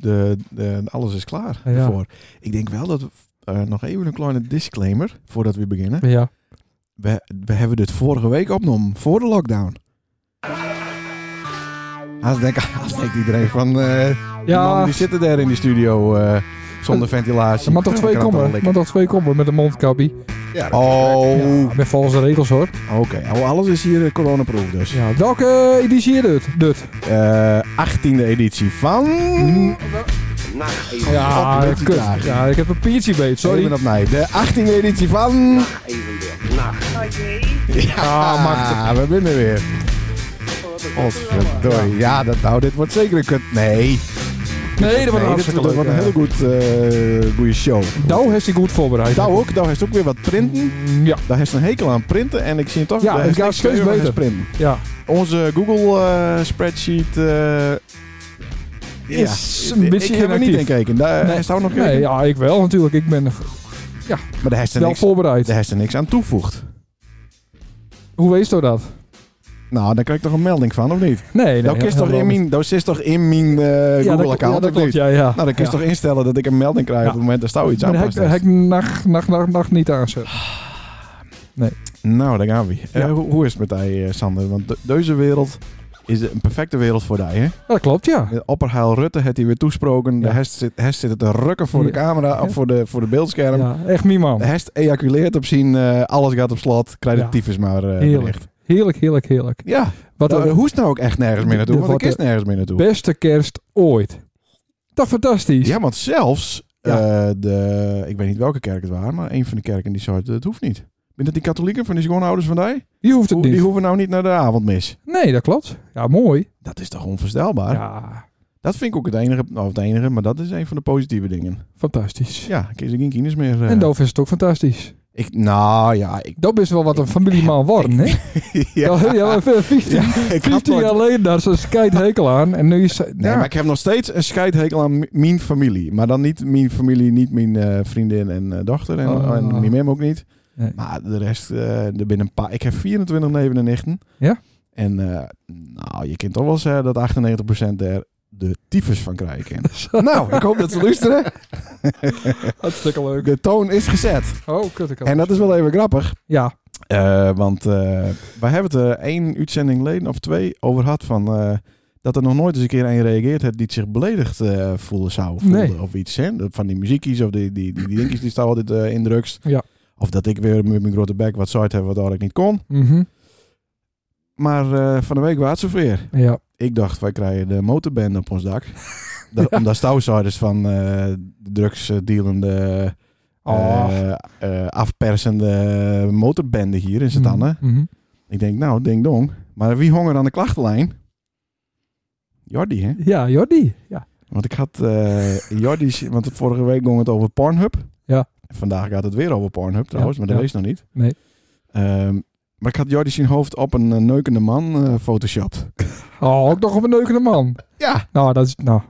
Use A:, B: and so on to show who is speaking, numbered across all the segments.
A: de, de- alles is klaar
B: Ja.
A: ervoor. Ik denk wel dat, we, eh, nog even een kleine disclaimer voordat we beginnen.
B: Ja.
A: We, we hebben dit vorige week opgenomen, voor de lockdown. Als denkt als denkt iedereen van, eh die
B: Ja,
A: man die zitten daar in die studio eh, zonder ventilatie.
B: er mag toch twee
A: Kan het
B: komen.
A: wel
B: Er
A: likken.
B: mag toch twee komen met een mondkapje.
C: Ja, dat
A: Oh,
B: Met volgens de regels hoor.
A: oké. Nou, alles is hier eh, coronaproof dus.
B: Ja. Welke eh, editie is dit? Dit.
A: Eh 18e editie van...
C: Nacht even.
B: Mhm. Ja,
A: God,
B: kut.
A: met die dagen.
B: ja, ik heb een papiertje beet,
A: Even
B: sorry.
A: opnieuw. De 18e editie van...
C: Nacht evenbeeld. Nacht.
D: Oh jee.
A: Ja,
B: Ah,
A: maar
B: makkelijk.
A: we winnen weer. Godverdorie. Ja, dat, nou, dit wordt zeker een kut. Nee.
B: Nee, dat was
A: Nee,
B: een
A: dit
B: hartstikke
A: wordt een hele
B: leuk.
A: goed, eh, goede show.
B: Douw heeft hij goed voorbereid. Mm,
A: Douw ook. Douw heeft ook weer wat printen.
B: Ja,
A: Daar heeft een hekel aan printen. En ik zie het toch.
B: Ja,
A: daar
B: het
A: heeft
B: gaat
A: niks
B: steeds
A: meer van
B: beter.
A: printen.
B: ja.
A: Onze Google eh, spreadsheet... eh,
B: Is
A: ja,
B: een
A: ik-
B: beetje
A: ik heb er niet in
B: inactief.
A: gekeken. Daar
B: Nee.
A: hij staat nog
B: Nee,
A: gekeken.
B: ja, ik wel natuurlijk. Ik ben
A: Maar daar heeft er
B: wel
A: niks,
B: voorbereid.
A: daar heeft er niks aan toevoegd.
B: Hoe wees je dat?
A: Nou, daar krijg ik toch een melding van, of niet?
B: Nee, nee.
A: Dat
B: ja,
A: is toch
B: helemaal
A: in
B: niet.
A: mijn, dat is toch in mijn eh,
B: Ja, dat-
A: Google-account,
B: Ja,
A: of
B: dat
A: niet?
B: klopt, ja, ja.
A: Nou, dan kun je
B: Ja.
A: toch instellen dat ik een melding krijg
B: Ja.
A: op het moment dat Stouw iets
B: Maar
A: aanpast.
B: de hek nacht, nacht, nacht, nacht niet aanzet.
A: Nou, daar gaan we. Eh,
B: Ja.
A: hoe, hoe is het met jou, eh, Sander? Want de- deze wereld is een perfecte wereld voor jou, hè?
B: Ja, dat klopt, ja.
A: De Opperheil Rutte heeft hij weer toesproken. De
B: Ja.
A: hest zit, hest zit te rukken voor de
B: Ja.
A: camera, of voor de, voor de beeldscherm.
B: Ja, echt mie man.
A: De hest ejaculeert op zien, eh, alles gaat op slot. Krijg de
B: Ja.
A: tyfus maar eh,
B: Heerlijk.
A: bericht.
B: Heerlijk, heerlijk, heerlijk.
A: Ja,
B: Wat
A: de,
B: een
A: hoest nou ook echt nergens meer naartoe,
B: de-
A: want ik
B: wat
A: is nergens meer naartoe.
B: beste kerst ooit. Dat fantastisch.
A: Ja, want zelfs
B: Ja.
A: eh, de, ik weet niet welke kerk het waren, maar een van de kerken die zei, het hoeft niet. Ben dat die katholieken van die schoonouders van die?
B: Je hoeft het
A: Hoe- Die
B: niet.
A: hoeven nou niet naar de avondmis.
B: Nee, dat klopt. Ja, mooi.
A: Dat is toch onvoorstelbaar?
B: Ja,
A: Dat vind ik ook het enige, of het enige, maar dat is een van de positieve dingen.
B: fantastisch.
A: Ja, ik is geen kines meer. eh.
B: En Doof is het ook fantastisch.
A: Ik, nou ja, ik...
B: Dat is wel wat een familieman wordt, hè?
A: ja,
B: Ja, ja, maar 15,
A: Ja, ik had
B: 15
A: nooit-
B: jaar alleen daar zo'n skate hekel aan. En nu is... Ja,
A: Nee, maar ik heb nog steeds een scheidhekel aan m- mijn familie. Maar dan niet mijn familie, niet mijn eh, vriendin en eh, dochter en,
B: Oh.
A: en mijn mem ook niet.
B: Nee.
A: Maar de rest, eh, er binnen een paar... Ik heb 24 neven en nichten.
B: Ja?
A: En eh, nou, je kunt toch wel zeggen dat 98% daar de tyfus van krijgen. kan. nou, ik hoop dat ze luisteren.
B: hartstikke leuk.
A: De toon is gezet.
B: Oh, kut, ik had-
A: En dat is wel even grappig.
B: Ja,
A: Eh, want eh we hebben het er één uitzending geleden of twee over gehad van eh, dat er nog nooit eens een keer een reageerd heeft die zich beledigd eh voelde zou voelen
B: Nee.
A: of iets. Hè? Van die muziekjes of die, die, die, die dingetjes die staan altijd eh in drugs.
B: Ja.
A: Of dat ik weer met mijn grote bek wat zout heb wat eigenlijk niet kon.
B: mhm.
A: Maar eh, van de week was het zover.
B: ja.
A: Ik dacht, wij krijgen de motorband op ons dak. Dat, Omdat stouwzouders van eh drugsdealende, eh,
B: Oh.
A: eh, afpersende motorbende hier in Zetanne.
B: Mhm.
A: Ik denk, nou, ding dong. Maar wie hong er aan de klachtenlijn? Jordi, hè?
B: Ja, Jordi. Ja.
A: Want ik had eh Jordi... Want vorige week ging het over Pornhub.
B: Ja.
A: En vandaag gaat het weer over Pornhub trouwens, maar dat
B: ja.
A: leest nog niet.
B: Nee.
A: Ehm, maar ik had Jordi zijn hoofd op een eh, neukende man eh photoshopt.
B: Oh, ook nog op een neukende man.
A: Ja.
B: Nou, dat is... Nou,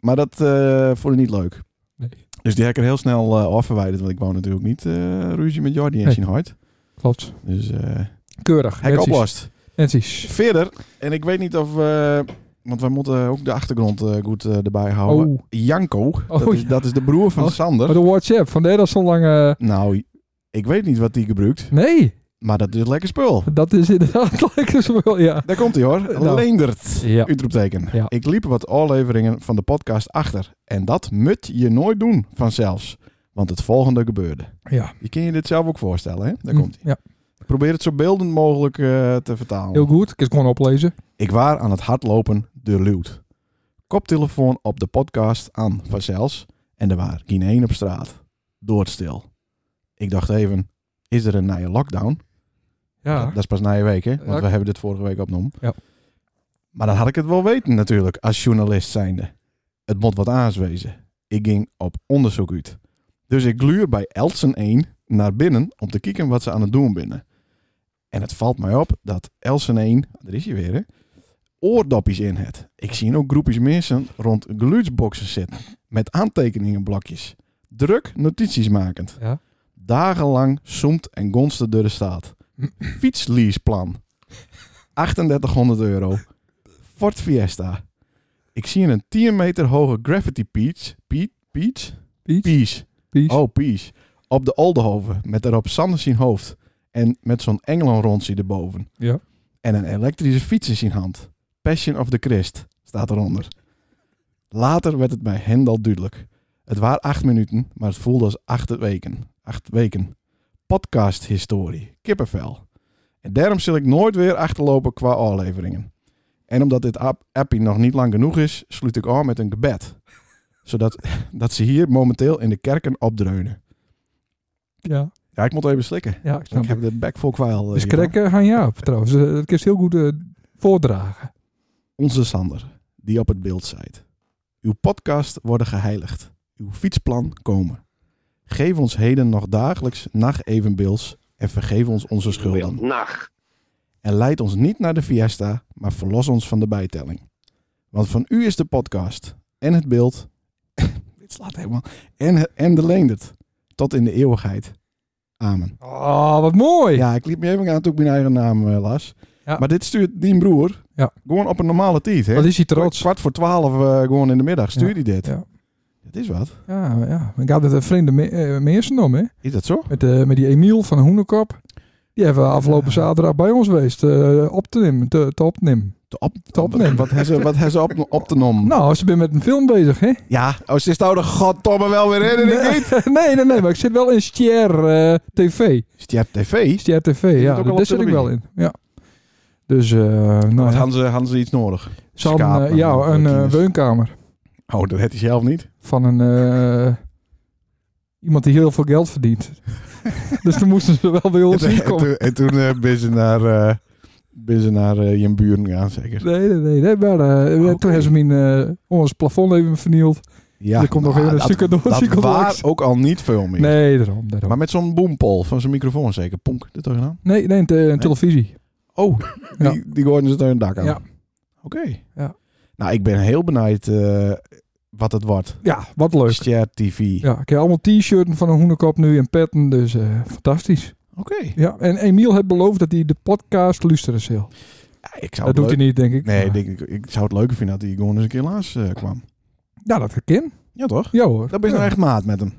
A: Maar dat eh vond ik niet leuk.
B: Nee.
A: Dus die heb ik er heel snel eh afverwijderd. Want ik wou natuurlijk niet eh, ruzie met Jordi in
B: Nee.
A: zijn hart.
B: klopt.
A: Dus eh
B: Keurig.
A: hij
B: netjes.
A: oplost.
B: Netjes.
A: Verder, en ik weet niet of... eh, want wij moeten ook de achtergrond eh, goed eh, erbij houden.
B: Oh,
A: Janko, dat,
B: Oh,
A: is,
B: ja.
A: dat is de broer van
B: Oh. maar
A: Sander.
B: de WhatsApp, vandaar dat zo lang... eh,
A: Nou, ik weet niet wat die gebruikt,
B: Nee,
A: maar dat is lekker spul.
B: dat is inderdaad lekker spul, ja.
A: Daar komt hij hoor,
B: Nou.
A: Leendert,
B: Ja.
A: uitroepteken.
B: Ja.
A: Ik liep wat afleveringen van de podcast achter. En dat moet je nooit doen vanzelfs. Want het volgende gebeurde.
B: ja. Hm.
A: Je kan je dit zelf ook voorstellen, hè? Daar komt hij.
B: Ja,
A: Ik probeer het zo beeldend mogelijk eh, te vertalen.
B: heel goed. Ik kan het gewoon oplezen.
A: Ik waar aan het hardlopen de luwt. Koptelefoon op de podcast aan vanzelfs en er waar geen één op straat. Doodstil. Ik dacht even, is er een nieuwe lockdown? Dat,
B: Ja,
A: dat is pas na je week, hè? Want
B: Ja.
A: we hebben dit vorige week opgenomen.
B: Ja.
A: Maar dan had ik het wel weten natuurlijk, als journalist zijnde. Het moet wat aanswezen. Ik ging op onderzoek uit. Dus ik gluur bij Elsen 1 naar binnen om te kijken wat ze aan het doen binnen. En het valt mij op dat Elsen 1, daar is hij weer hè, oordopjes in het. Ik zie ook groepjes mensen rond geluidsboxen zitten met aantekeningenblokjes. Druk notities makend.
B: Ja.
A: Dagenlang zoemt en gonste door de staat. Fietsleaseplan. 3800 euro. Ford Fiesta. Ik zie een 10 meter hoge graffiti peach. Peach? Peach? Peach.
B: Pies, pies.
A: Oh, peach. Op de Oldenhoven. Met daarop Sander zijn hoofd. En met zo'n engelenrondsie erboven.
B: Ja.
A: En een elektrische fiets in zijn hand. Passion of the Christ staat eronder. Later werd het bij Hendal duidelijk. Het waren acht minuten, maar het voelde als acht weken. Acht weken. Podcast-historie. Kippenvel. En daarom zal ik nooit weer achterlopen qua afleveringen. En omdat dit app- appie nog niet lang genoeg is, sluit ik af met een gebed. Zodat dat ze hier momenteel in de kerken opdreunen.
B: Ja,
A: Ja, ik moet even slikken.
B: ja, ik snap
A: Ik
B: het.
A: heb de bek vol kwijl. eh,
B: Dus
A: hiervan.
B: krekken gaan Jaap trouwens. Eh, Dat kun je heel goed eh, voordragen.
A: Onze Sander, die op het beeld zijt. Uw podcast worden geheiligd. Uw fietsplan komen. Geef ons heden nog dagelijks nacht evenbeels en vergeef ons onze schulden.
C: Nacht.
A: En leid ons niet naar de fiesta, maar verlos ons van de bijtelling. Want van u is de podcast en het beeld. Dit slaat helemaal. En, het- en de leendert. Tot in de eeuwigheid. Amen.
B: Oh, wat mooi.
A: Ja, ik liep me even aan toen ik mijn eigen naam eh, las.
B: Ja.
A: Maar dit stuurt die broer
B: Ja.
A: gewoon op een normale tijd. Hè?
B: Wat is hij trots.
A: Kwart voor twaalf eh, gewoon in de middag stuur
B: Ja,
A: die dit.
B: ja.
A: Dat is wat.
B: Ja, ja. Ik had het een vreemde me- eh, mensen om, hè.
A: Is dat zo?
B: Met, eh, met die Emiel van Hoenekop. Die hebben we afgelopen
A: Ja.
B: zaterdag bij ons geweest. eh, op te nemen. Te, te opnemen.
A: Te op,
B: Te opnemen.
A: Wat hebben ze, wat hebben ze op, op te nomen?
B: Nou, ze ben met een film bezig, hè?
A: Ja, oh, ze is nou de goddomme wel weer in en ik niet.
B: nee, nee, nee. Maar ik zit wel in Stier eh, TV.
A: Is die op tv?
B: Stier TV,
A: zit ook
B: ja.
A: al op
B: Daar zit ik
A: televisie.
B: wel in. Ja. Dus, eh nou
A: Wat
B: ja.
A: hadden ze, hadden ze iets nodig?
B: Ze hadden,
A: Schaap,
B: eh, ja,
A: eh,
B: een eh,
A: kines.
B: woonkamer
A: Oh, dat had hij zelf niet.
B: van een... eh, iemand die heel veel geld verdient. dus toen moesten ze wel bij
A: En,
B: ons
A: toen- en
B: inkomen.
A: toen, en toen eh, ben ze naar, eh, ben ze naar eh, je buren gaan, zeker.
B: Nee, nee, nee. nee maar, eh,
A: Oh, Oké.
B: Toen hebben ze mijn, eh, ons plafond even vernield.
A: Ja,
B: er komt nog
A: nou,
B: even een
A: dat-
B: stukje door.
A: Dat
B: stukje door.
A: waar ook al niet veel meer.
B: Nee, daarom. daarom.
A: Maar met zo'n boompol van zijn microfoon zeker. Ponk, dat toch gedaan?
B: nee, nee, een, te- een televisie.
A: Oh,
B: Ja.
A: die, die gooiden ze tegen een dak aan.
B: Ja.
A: Oké.
B: Ja.
A: Nou, ik ben heel benieuwd eh, wat het wordt.
B: Ja, wat leuk.
A: Ster TV.
B: Ja, ik heb allemaal t-shirts van een hoenekop nu en petten. Dus eh, fantastisch.
A: Oké.
B: Ja, en Emiel heeft beloofd dat hij de podcast luisteren zal.
A: Ja, ik zou
B: Dat
A: het
B: doet
A: leuk-
B: hij niet, denk ik.
A: Nee,
B: Maar-
A: ik denk ik, ik zou het leuker vinden dat hij gewoon eens een keer langs eh, kwam.
B: Ja, dat kan.
A: Ja, toch?
B: Ja hoor.
A: Dat ben je
B: ja.
A: nou echt maat met hem.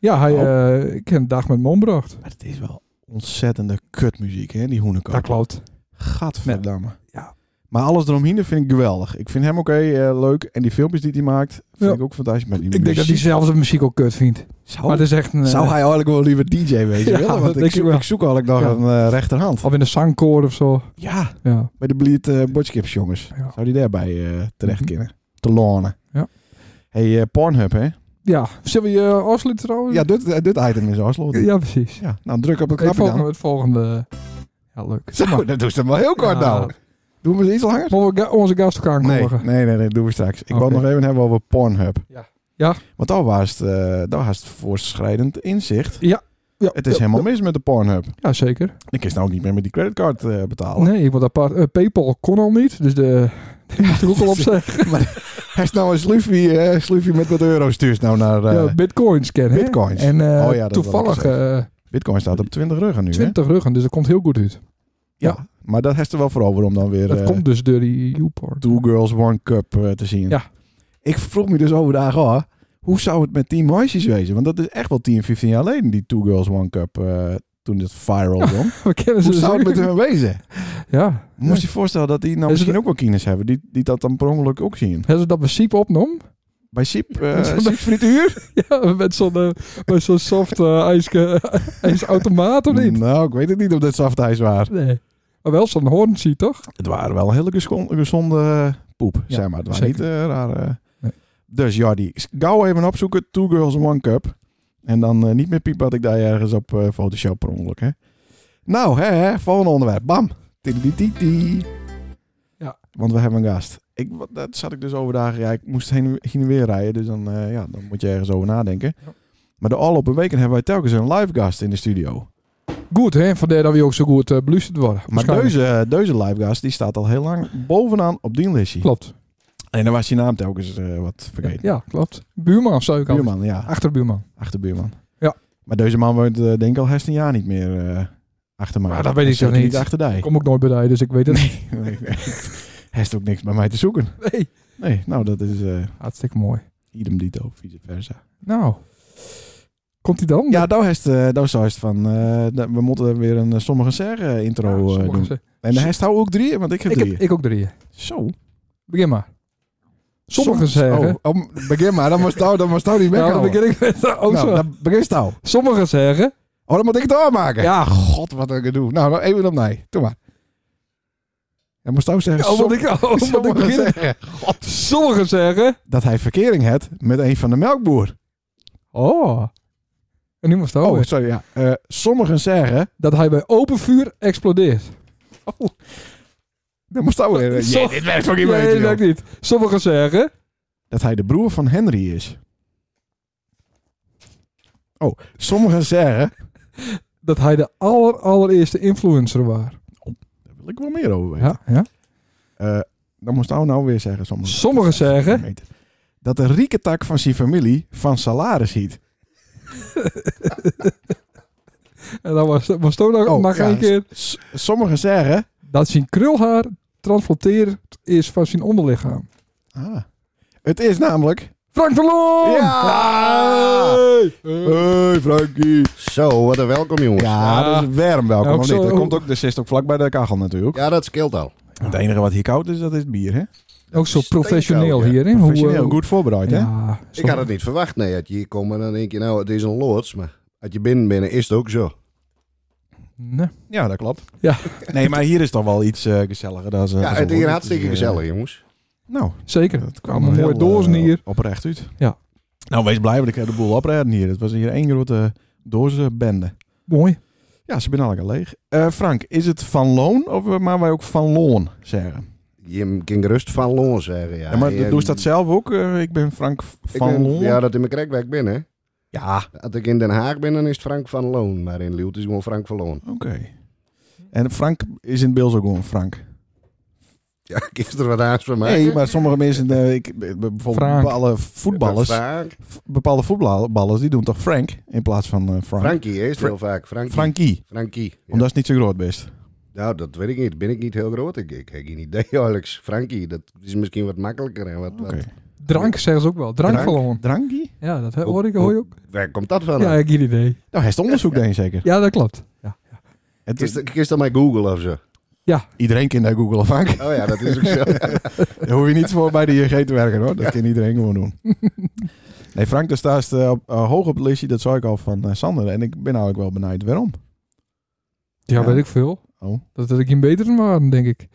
B: Ja, hij
A: Oh.
B: eh, ik heb een dag met me ombracht.
A: Maar het is wel ontzettende kutmuziek, hè, die hoenekop.
B: Dat klopt.
A: Gadverdamme.
B: Ja.
A: Maar alles eromheen dat vind ik geweldig. Ik vind hem oké, eh, leuk. En die filmpjes die hij maakt, vind
B: Ja.
A: ik ook fantastisch. Maar die
B: Ik denk dat hij
A: muziek-
B: zelf de muziek ook kut vindt.
A: Zou,
B: Maar het is echt een...
A: zou
B: eh,
A: hij eigenlijk wel liever DJ wezen
B: Ja,
A: willen?
B: dat
A: Want ik,
B: denk ik
A: zoek,
B: wel.
A: ik zoek eigenlijk nog
B: Ja.
A: een eh, rechterhand.
B: Of in een zangkoor of zo.
A: Ja,
B: Ja.
A: bij de Bleed eh Botskips, jongens.
B: Ja.
A: Zou die daarbij eh, terecht kunnen? Te lonen.
B: Mhm. Ja.
A: hey, eh, Pornhub, hè?
B: ja. Zullen we je afsluiten trouwens?
A: Ja, dit, eh, dit item is afsloten.
B: Oh. Ja, precies.
A: Ja, nou druk op het
B: Hey,
A: knopje
B: volgende,
A: dan.
B: het volgende. Ja, leuk.
A: Zo, dat doet ze wel heel kort
B: Ja.
A: nou. Doen we ze iets langer?
B: Mogen we ga- onze gast ook
A: Nee,
B: aankondigen?
A: nee, nee, nee, doen we straks. Ik wou
B: Oké.
A: nog even hebben over Pornhub.
B: Ja. Ja.
A: Want daar was het, eh, daar was het voorschrijdend inzicht.
B: Ja,
A: Het is helemaal mis met de Pornhub.
B: Ja, zeker.
A: Ik kan nou ook niet meer met die creditcard eh, betalen.
B: Nee, want apart, eh, Paypal kon al niet, dus de, die moest er ook al op zijn.
A: Hij is nou een sluffie, eh, sluffie met wat euro stuurt nou naar... eh,
B: Ja, bitcoins kennen. hè?
A: bitcoins.
B: En eh,
A: Oh ja, dat
B: toevallig
A: wil ik
B: eh,
A: Bitcoin staat op 20 ruggen nu, hè? Eh,
B: 20 ruggen, dus dat komt heel goed uit.
A: Ja. Maar dat heeft er wel voor over om dan weer
B: Dat
A: eh,
B: komt dus door die YouPorn.
A: Two Girls One Cup eh, te zien.
B: Ja.
A: Ik vroeg me dus over de dag, oh, hoe zou het met Team Meisjes wezen? Want dat is echt wel 10, 15 jaar geleden, die Two Girls One Cup, eh, toen het viral kwam.
B: We kennen
A: Hoe
B: ze dus
A: zou het
B: ook.
A: met hun wezen?
B: Ja.
A: Moest je voorstellen dat die nou
B: het-
A: misschien ook wel kines hebben, die, die dat dan per ongeluk ook zien.
B: Hebben ze dat principe opnomen?
A: Bij Siep, eh
B: Met zo'n-
A: Siep frituur?
B: Ja, met zo'n eh, met zo'n soft eh, ijske, ijsautomaat of niet?
A: Nou, ik weet het niet of dit zaftijs waren.
B: Nee. Maar wel zo'n hoornsie, toch?
A: Het waren wel een hele gezon- gezonde eh, poep,
B: Ja,
A: zeg maar. Het waren niet
B: zeker.
A: eh, rare...
B: Nee.
A: Dus ja, die gauw even opzoeken, Two Girls One Cup. En dan eh, niet meer piepen dat ik daar ergens op eh, Photoshop per ongeluk, hè. Nou, hè, hè, volgende onderwerp. Bam. Tididididi.
B: Ja.
A: Want we hebben een gast. Ik, wa- dat zat ik dus overdag. Ja, ik moest heen, heen en weer rijden, dus dan, eh, ja, dan moet je ergens over nadenken.
B: Ja.
A: Maar de afgelopen weken hebben wij telkens een live gast in de studio.
B: Goed, hè? Vandaar dat we ook zo goed eh beluisterd worden.
A: Maar deze,
B: Waarschijnlijk.
A: deze live gast die staat al heel lang bovenaan op die listie.
B: Klopt.
A: En dan was je naam telkens eh, wat vergeten.
B: Ja, klopt. Buurman zou ik al.
A: buurman, ja.
B: Achterbuurman.
A: Achterbuurman.
B: Ja.
A: Maar deze man woont eh, denk ik al 16 jaar niet meer eh, achter mij.
B: Maar dat weet ik
A: Zeker
B: toch niet.
A: achter
B: Ik
A: dij.
B: kom ook nooit bij die, dus ik weet het niet.
A: Nee, nee, nee. Hij heeft ook niks bij mij te zoeken.
B: Nee.
A: Nee, nou dat is eh,
B: Hartstikke mooi.
A: idem dito, vice versa.
B: Nou, komt hij dan?
A: Ja, daar is het, daar zou het van. eh, dat- we moeten weer een eh, sommige zeggen eh, intro
B: Ja,
A: eh,
B: sommige
A: doen.
B: ze-
A: En de hashtag ook drie, want ik heb
B: ik,
A: drie.
B: heb, ik ook drieën.
A: Zo.
B: Begin maar. Sommigen zeggen...
A: Oh, om- begin maar, dan moest nou, dan moest nou niet
B: nou, dan
A: weghouden.
B: begin ik met de
A: Nou,
B: oh, zo.
A: dan begin nou.
B: Sommigen zeggen...
A: Oh, dan moet ik het doormaken.
B: Ja,
A: god, wat een gedoe. Nou, nou even opnieuw. Doe maar. Dan moest nou zeggen...
B: oh,
A: som-
B: want ik, oh, want ik
A: sommigen
B: begin.
A: zeggen
B: Sommigen zeggen...
A: dat hij verkering had met een van de melkboer.
B: Oh. En nu moest het
A: Oh,
B: ook weer.
A: sorry, ja. Eh, sommigen zeggen...
B: Dat hij bij open vuur explodeert.
A: Dat moest nou weer...
B: Som-
A: Ja, dit werkt ook niet
B: Nee,
A: mee.
B: dat
A: joh.
B: werkt niet. Sommigen zeggen...
A: Dat hij de broer van Henry is. Oh, sommigen zeggen...
B: dat hij de aller, allereerste influencer was.
A: Daar wil ik wel meer over weten.
B: Ja, ja.
A: Eh, dan moest nou nou weer zeggen... Sommigen,
B: Sommigen zeggen...
A: Meter. Dat de rieke tak van zijn familie van salaris hiet.
B: En dan was, was toen nog
A: Oh,
B: maar
A: ja.
B: één keer...
A: S- sommigen zeggen...
B: Dat zijn krulhaar transplanteerd is van zijn onderlichaam.
A: Ah, het is namelijk...
B: Frank van
D: Oh.
B: Loon!
A: Ja!
B: Hey!
A: Hey Frankie.
D: Zo, wat een welkom jongens. Ja,
A: Ja,
B: Ja.
A: dat is Ah, dus warm welkom.
B: Ja, ook
A: of niet?
B: zo-
A: Dat komt ook, de zit ook vlak bij de kachel natuurlijk.
D: dat scheelt al.
A: Het enige wat hier koud is, dat is bier, hè?
B: Ook zo
D: is
B: professioneel
D: steenkoud, ja.
B: hier. hè?
A: Professioneel,
B: Hoe, eh,
A: goed voorbereid, hè?
B: Ja,
D: Ik had het niet verwacht, nee. Dat je hier komt en dan denk je, nou, het is een loods. Maar als je binnen binnen is het ook zo.
B: Nee.
A: Ja, dat klopt.
B: Ja.
A: Nee, maar hier is toch wel iets eh, gezelliger. Dan, ze-
D: Ja,
A: dan ze
D: het is hier
A: horen.
D: hartstikke
A: Dus, eh,
D: gezellig, jongens.
A: Nou,
B: Zeker.
A: dat
B: Er
A: kwam
B: kwamen mooie
A: heel,
B: dozen
A: eh,
B: hier.
A: Oprecht uit.
B: Ja.
A: Nou, wees blij, want ik heb de boel oprijden hier. Het was hier één grote dozenbende.
B: Mooi.
A: Ja, ze zijn allemaal leeg. Eh, Frank, is het van loon of eh, maar wij ook van loon zeggen?
D: Je kan gerust van loon zeggen, ja.
A: Ja, maar
D: En-
A: doe je dat zelf ook? Eh, ik ben Frank
D: Ik
A: van
D: ben-
A: Loon.
D: Ja, dat in mijn krekwerk ben, hè.
A: ja.
D: Als ik in Den Haag ben, dan is het Frank van Loon. Maar in Leeuwarden is het gewoon Frank van Loon.
A: Oké. En Frank is in het beeld ook gewoon Frank.
D: Ja, ik is er wat haast van mij.
A: Nee, maar sommige mensen, eh, ik, bijvoorbeeld
B: Frank.
A: bepaalde voetballers,
D: Frank.
A: bepaalde voetballers, die doen toch Frank in plaats van eh, Frank.
D: Frankie hè, is het
A: Fra-
D: heel vaak. Frankie.
A: Frankie,
D: Frankie. Ja.
A: omdat ze niet zo groot best.
D: Nou, dat weet ik niet. Ben ik niet heel groot. Ik, ik heb geen idee, Alex. Frankie, dat is misschien wat makkelijker. En wat, wat-
A: Oké.
B: Drank zeggen ze ook wel. Drank
D: Drank?
B: van Loon.
A: Drankie?
B: Ja, dat he- hoor ik, hoor je ook.
D: Waar komt dat van?
B: Ja, ik heb geen idee.
A: Nou, hij is het onderzoek denk ik zeker.
B: Ja, dat klopt. Ja.
A: Het
D: Is
A: is,
D: dat, is dat maar Google of zo?
A: iedereen kan daar Google Frank.
D: Oh ja, dat is ook zo.
A: Daar hoef je niet voor bij de ING te werken hoor. Dat kan iedereen gewoon doen. Nee, Frank, daar staat eh, op, eh, hoog op het listje, dat zei ik al van eh, Sander. En ik ben eigenlijk wel benijd waarom.
B: Ja,
A: Ja.
B: weet ik veel.
A: Oh.
B: Dat had ik in beter waren, denk ik.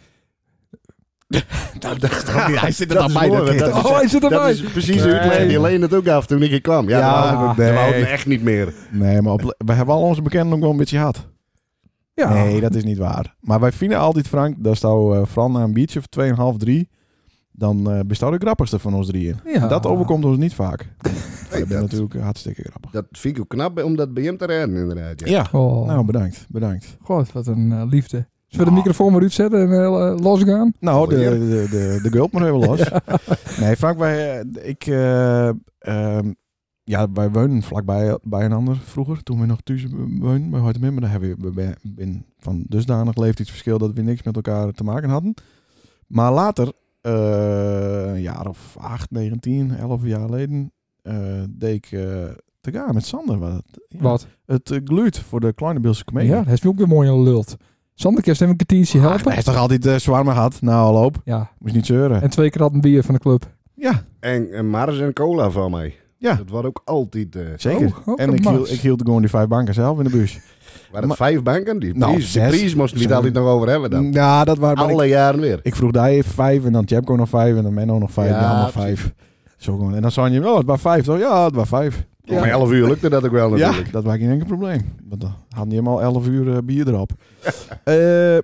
A: dat is toch niet, hij zit
D: Dat is mooi, want dat is-
B: Oh, hij zit
D: dat
B: erbij.
D: is precies hoe ik
B: Nee.
D: legde. Die leen het ook af toen ik hier kwam. Ja,
A: Ja,
D: dat wou- dat
A: nee.
D: wou ik me echt niet meer.
A: Nee, maar op- we hebben al onze bekenden ook wel een beetje gehad.
B: Ja.
A: Nee, dat is niet waar. Maar wij vinden altijd, Frank, dat zou eh Fran na een biertje of 2,5, 3, dan eh bestaat de grappigste van ons drieën.
B: Ja.
A: En Dat overkomt ons niet vaak.
D: Nee,
A: dat is
D: dat,
A: natuurlijk hartstikke grappig.
D: dat vind ik ook knap om dat bij hem te rijden, inderdaad. Ja.
B: Oh,
A: Nou, bedankt. Bedankt.
B: god, wat een eh, liefde. Zullen we de
A: Ah.
B: microfoon maar uitzetten en eh, losgaan?
A: Nou, de,
D: Alweer.
A: de, de, de gulp maar even los. Nee, Frank, wij, eh, ik, eh, ehm, ja, wij woonden vlakbij bij een ander vroeger, toen we nog thuis woonden bij Hartemim. Maar daar hebben we- we ben- ben van dusdanig leeftijdsverschil dat we niks met elkaar te maken hadden. Maar later, eh, een jaar of acht, 19, 11 jaar geleden, eh, deed ik eh, te gaan met Sander. Wat, ja,
B: Wat?
A: Het eh, gluut voor de kleine Beelse comedie.
B: Ja, hij is nu ook weer mooi aan lult. Sander, kerst even een kwartiertje
A: Ach,
B: helpen.
A: hij is toch altijd eh, zwaar maar gehad? Nou, al hoop.
B: ja,
A: Moest niet zeuren.
B: en twee kratten bier van de club.
A: Ja,
D: En, en Mars en cola van mij.
A: Ja.
D: Dat was ook altijd... eh
A: zeker.
B: Oh, ook
A: en
B: een
A: ik
B: mas.
A: hield, ik hield gewoon die vijf banken zelf in de bus.
D: waren
A: Maar-
D: het vijf banken? Die
A: Nou,
D: prijs, die
A: zes.
D: prijs moesten we het
A: Zo.
D: altijd nog over hebben dan.
A: Ja, dat waren maar ik,
D: Alle jaren weer.
A: ik vroeg daar even vijf en dan Jepko nog vijf en dan Menno nog vijf.
D: Ja,
A: Ja, allemaal
D: precies.
A: vijf. Zo gewoon. En dan zei je, oh, het was vijf. Toch? Ja, het was vijf.
D: Om elf uur lukte dat ook wel
A: ja,
D: natuurlijk.
A: dat was geen enkel probleem. Want dan hadden die hem al elf uur eh, bier erop. Eh,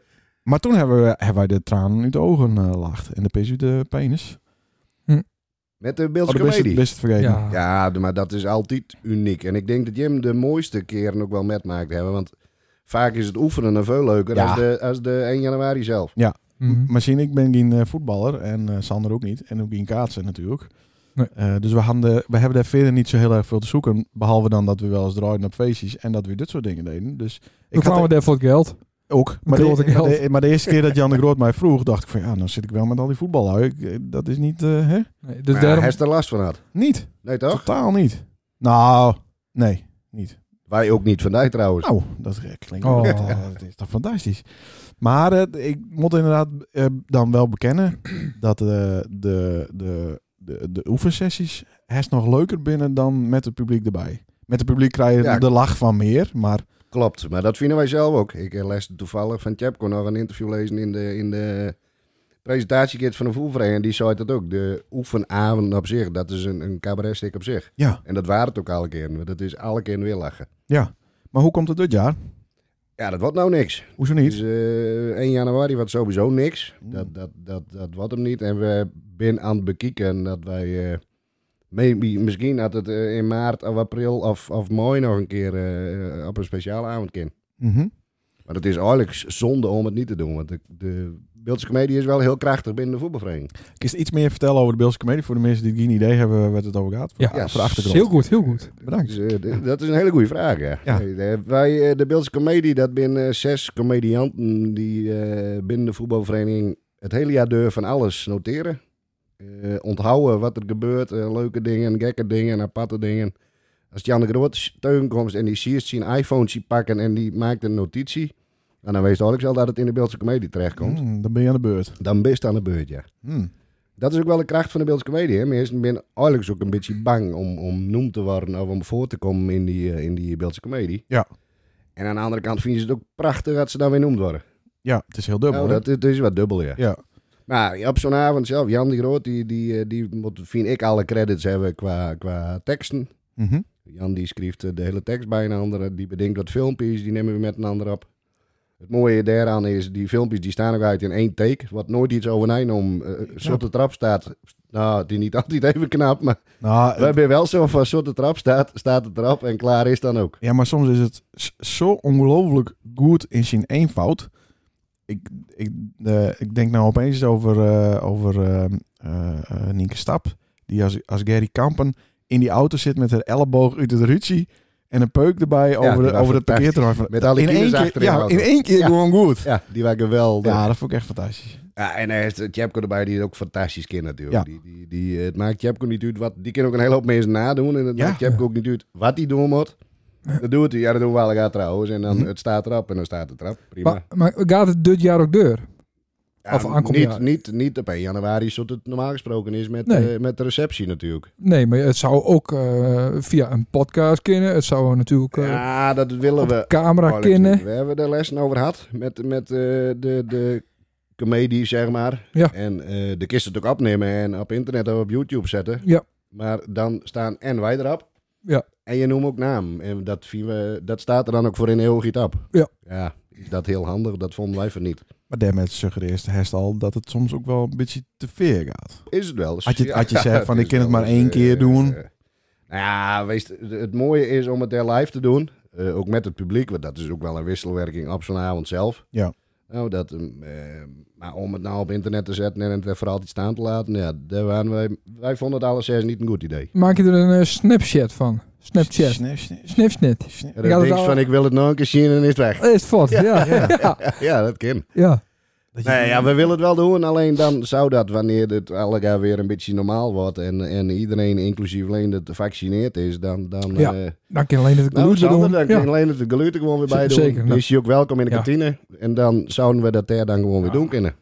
A: maar toen hebben, we, hebben wij de tranen uit de ogen eh lacht en de pis uit de penis.
D: Met de
A: Oh,
D: Beeldse
A: dat best,
D: Comedie.
A: best vergeten.
B: Ja.
D: Ja, d- maar dat is altijd uniek. En ik denk dat Jim de mooiste keren ook wel met maakt hebben. Want vaak is het oefenen een veel leuker
A: Ja.
D: als, de, als de 1 januari zelf.
B: Mhm.
A: Maar zien, ik ben geen eh, voetballer en eh, Sander ook niet. En ook geen kaatsen natuurlijk.
B: Nee.
A: Eh, dus we, hadden, de- we hebben daar verder niet zo heel erg veel te zoeken. Behalve dan dat we wel eens draaiden op feestjes en dat we dit soort dingen deden. Dus
B: Toen
A: ik had,
B: kwamen we daar voor het geld.
A: Ook. Maar
B: Grote
A: de, maar,
B: geld.
A: de, maar de eerste keer dat Jan de Groot mij vroeg, dacht ik van ja, dan zit ik wel met al die voetballui. Ik, eh, Dat is niet, eh, hè?
B: Nee, dus
D: Maar
B: daarom...
D: Hij is er last van had.
A: Niet.
D: Nee toch?
A: Totaal niet. Nou, nee, niet.
D: Wij ook niet vandaag trouwens.
A: Nou, dat klinkt
B: Oh.
A: dat, dat is toch fantastisch. Maar eh, ik moet inderdaad eh, dan wel bekennen dat eh, de, de, de, de oefensessies herst nog leuker binnen dan met het publiek erbij. Met het publiek krijg je
D: Ja.
A: de lach van meer, maar
D: Klopt, maar dat vinden wij zelf ook. Ik eh, las toevallig van Tjepko nog een interview lezen in de, in de presentatiekit van de voelvereniging. En die zei dat ook. De oefenavond op zich, dat is een, een cabaretstuk op zich.
A: ja.
D: En dat waren het ook alle keer. want Dat is alle keer weer lachen.
A: ja. Maar hoe komt het dit jaar?
D: Ja, dat wordt nou niks.
A: Hoezo
D: Dus
A: niet?
D: eh, 1 januari wordt sowieso niks.
A: Hmm.
D: Dat, dat, dat, dat wordt hem niet. En we zijn aan het bekijken dat wij... eh, maybe, misschien had het eh, in maart of april of, of mooi nog een keer eh, op een speciale avond kunnen.
A: Mhm.
D: Maar het is eigenlijk zonde om het niet te doen. Want de, de Beeldse Comedie is wel heel krachtig binnen de voetbalvereniging.
A: Ik eens iets meer vertellen over de Beelse Comedie voor de mensen die geen idee hebben waar het over gaat. Voor-
B: Ja,
A: voor de achtergrond.
B: Heel goed, heel goed.
A: Bedankt.
D: Dus, eh, d- dat is een hele goede vraag, ja.
A: Ja.
D: Eh, wij, eh, de Beeldse Comedie, dat zijn eh, zes comedianten die eh, binnen de voetbalvereniging het hele jaar door van alles noteren. Eh, onthouden wat er gebeurt, eh, leuke dingen, gekke dingen, aparte dingen. Als Jan de Groot tegenkomt en die siert zijn iPhone ziet pakken en die maakt een notitie... En dan weet je eigenlijk wel dat het in de Beeldse Comedie terechtkomt.
A: Mm, dan ben je aan de beurt.
D: Dan ben je aan de beurt, ja.
A: Mm.
D: Dat is ook wel de kracht van de Beeldse Comedie. Hè? Mensen zijn eigenlijk ook een beetje bang om, om noemd te worden of om voor te komen in die, eh, in die Beeldse Comedie.
A: Ja.
D: En aan de andere kant vinden ze het ook prachtig dat ze daar weer noemd worden.
A: Ja, het is heel dubbel.
D: nou,
A: hè?
D: dat, dat is wat dubbel, ja.
A: Ja.
D: Maar op zo'n avond zelf, Jan de Groot, die, die, eh, die moet, vind ik, alle credits hebben qua, qua teksten.
A: Mhm.
D: Jan die schreef eh, de hele tekst bij een andere. Die bedenkt wat filmpjes, die nemen we met een ander op. Het mooie daaraan is, die filmpjes die staan ook uit in één take. Wat nooit iets overeind om eh, een soort trap staat. Nou, het is niet altijd even knap, maar
A: Nou,
D: we Eh, hebben wel zo van een soort trap staat, staat de trap en klaar is dan ook.
A: Ja, maar soms is het s- zo ongelooflijk goed in zijn eenvoud. Ik, ik, eh, ik denk nou opeens over, eh, over eh, eh, eh, Nienke Stap. Die als, als Gary Kampen in die auto zit met haar elleboog uit de ruzie. En een peuk erbij
D: die
A: over, de,
D: waren
A: over de
D: fantastisch.
A: parkeerterrein.
D: Met alle
A: in één
D: kinders
A: keer,
D: achterin de
A: ja,
D: auto.
A: in één keer
D: Ja.
A: gewoon goed.
D: Ja, die waren geweldig.
A: Ja,
D: Ja,
A: dat vond ik echt fantastisch.
D: en er is Tjepko erbij, die het ook fantastisch kind natuurlijk.
A: Ja.
D: Die, die, die, eh, het maakt Tjepko niet uit wat... Die kan ook een hele hoop mensen nadoen. En het
A: Ja.
D: maakt Tjepko ook niet uit wat hij doen moet. Dat doet hij. Ja, dat doen we alle jaar trouwens. En dan het staat erop en dan staat de trap. Prima.
B: Maar, maar gaat het dit jaar ook deur?
D: Ja,
B: Of aankomend
D: niet,
B: jaar.
D: niet, niet op 1 januari, zoals het normaal gesproken is met,
B: Nee.
D: eh, met de receptie natuurlijk.
B: Nee, maar het zou ook eh, via een podcast kunnen. Het zou natuurlijk eh,
D: ja, dat willen
B: op
D: we.
B: camera
D: Alex,
B: kunnen.
D: We hebben de lessen over gehad met, met eh, de, de comedie, zeg maar.
B: Ja.
D: En eh, de kist het ook opnemen en op internet of op YouTube zetten.
B: Ja.
D: Maar dan staan en wij erop.
B: Ja.
D: En je noemt ook naam. En dat, vinden we, dat staat er dan ook voor in heel giet op.
B: Ja.
D: Ja, is dat heel handig? Dat vonden wij van niet.
A: Maar daarmee suggereert de herst al dat het soms ook wel een beetje te ver gaat.
D: Is het wel.
A: Had je- had je
D: Ja,
A: gezegd van, ik
D: is
A: kan het
D: wel
A: maar
D: eens,
A: één keer
D: eh,
A: doen?
D: eh, nou ja, wees, het mooie is om het er live te doen. eh, ook met het publiek, want dat is ook wel een wisselwerking op zo'n avond zelf.
A: Ja.
D: Nou, dat, ehm, eh, maar om het nou op internet te zetten en het er vooral iets staan te laten, ja, daar waren wij, wij vonden het alle zes niet een goed idee.
B: Maak je er een eh, Snapchat van? Snapchat.
A: Snap, snap,
B: Snapchat.
A: snap.
D: En
B: Ja,
D: dan
B: dat
D: denk je
B: al-
D: van, ik wil het nog een keer zien en is het weg.
B: Is het fout? Ja. Ja. ja.
D: Ja, dat kan.
A: Dat je-
D: Nee, ja, we willen het wel doen, alleen dan zou dat, wanneer het alle jaar weer een beetje normaal wordt en, en iedereen, inclusief alleen dat gevaccineerd is, dan... dan
B: Ja.
D: eh,
B: Dan kan je alleen het
D: Nou,
B: geluid
D: Sander,
B: doen.
D: dan kan
B: Ja.
D: je alleen het geluid er gewoon weer bij
B: Z-
D: doen.
B: zeker,
D: Dan
B: nou.
D: is je ook welkom in de
B: Ja.
D: kantine. En dan zouden we dat daar dan gewoon weer doen kunnen.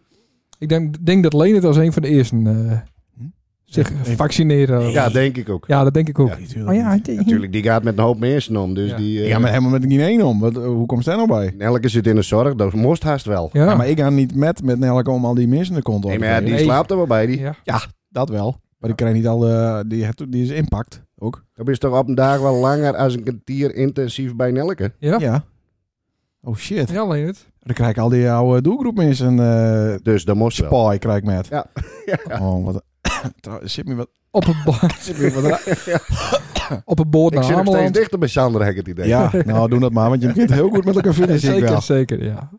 B: Ik denk, denk dat Leen het als een van de eersten eh,
A: Hm?
B: zich
A: Nee.
B: vaccineren.
D: Ja, denk ik ook.
B: Ja, dat denk ik ook.
D: Oh Ja.
A: Nee, tuurlijk
B: Maar ja,
A: niet.
B: ik denk-
D: Natuurlijk, die gaat met een hoop mensen om. Dus
B: Ja.
D: die, eh,
A: Ja, maar helemaal met geen één om. Wat, hoe komt ze daar nou bij?
D: en Elke zit in de zorg, dat moest haast wel.
B: Ja.
A: Ja, maar ik ga niet met met Nelke om al die mensen de kont op te
D: Nee, maar ja, die
A: krijgen.
B: Nee.
D: slaapt er wel bij. Die.
B: Ja.
A: Dat wel. Maar die krijgt niet al... eh, die, heeft- die is impact ook.
D: Dat is toch op een dag wel langer als een kwartier intensief bij Nelke.
B: Ja.
A: Ja. Oh shit.
B: Ja, alleen het.
A: Dan krijg ik al die oude doelgroep mensen. eh
D: Dus dat moest wel.
A: Spy krijg ik met.
D: Ja.
A: Oh, wat... Trouw- Zit me wat...
B: Op het, ba-
A: Zit me wat ra-
B: op het boord
D: Ik
B: naar
D: zit nog steeds
B: Ameland.
D: dichter bij Sander, heb ik het idee.
A: ja, nou doe dat maar. Want je kunt heel goed met elkaar vinden, zie ik wel.
B: zeker, zeker, ja.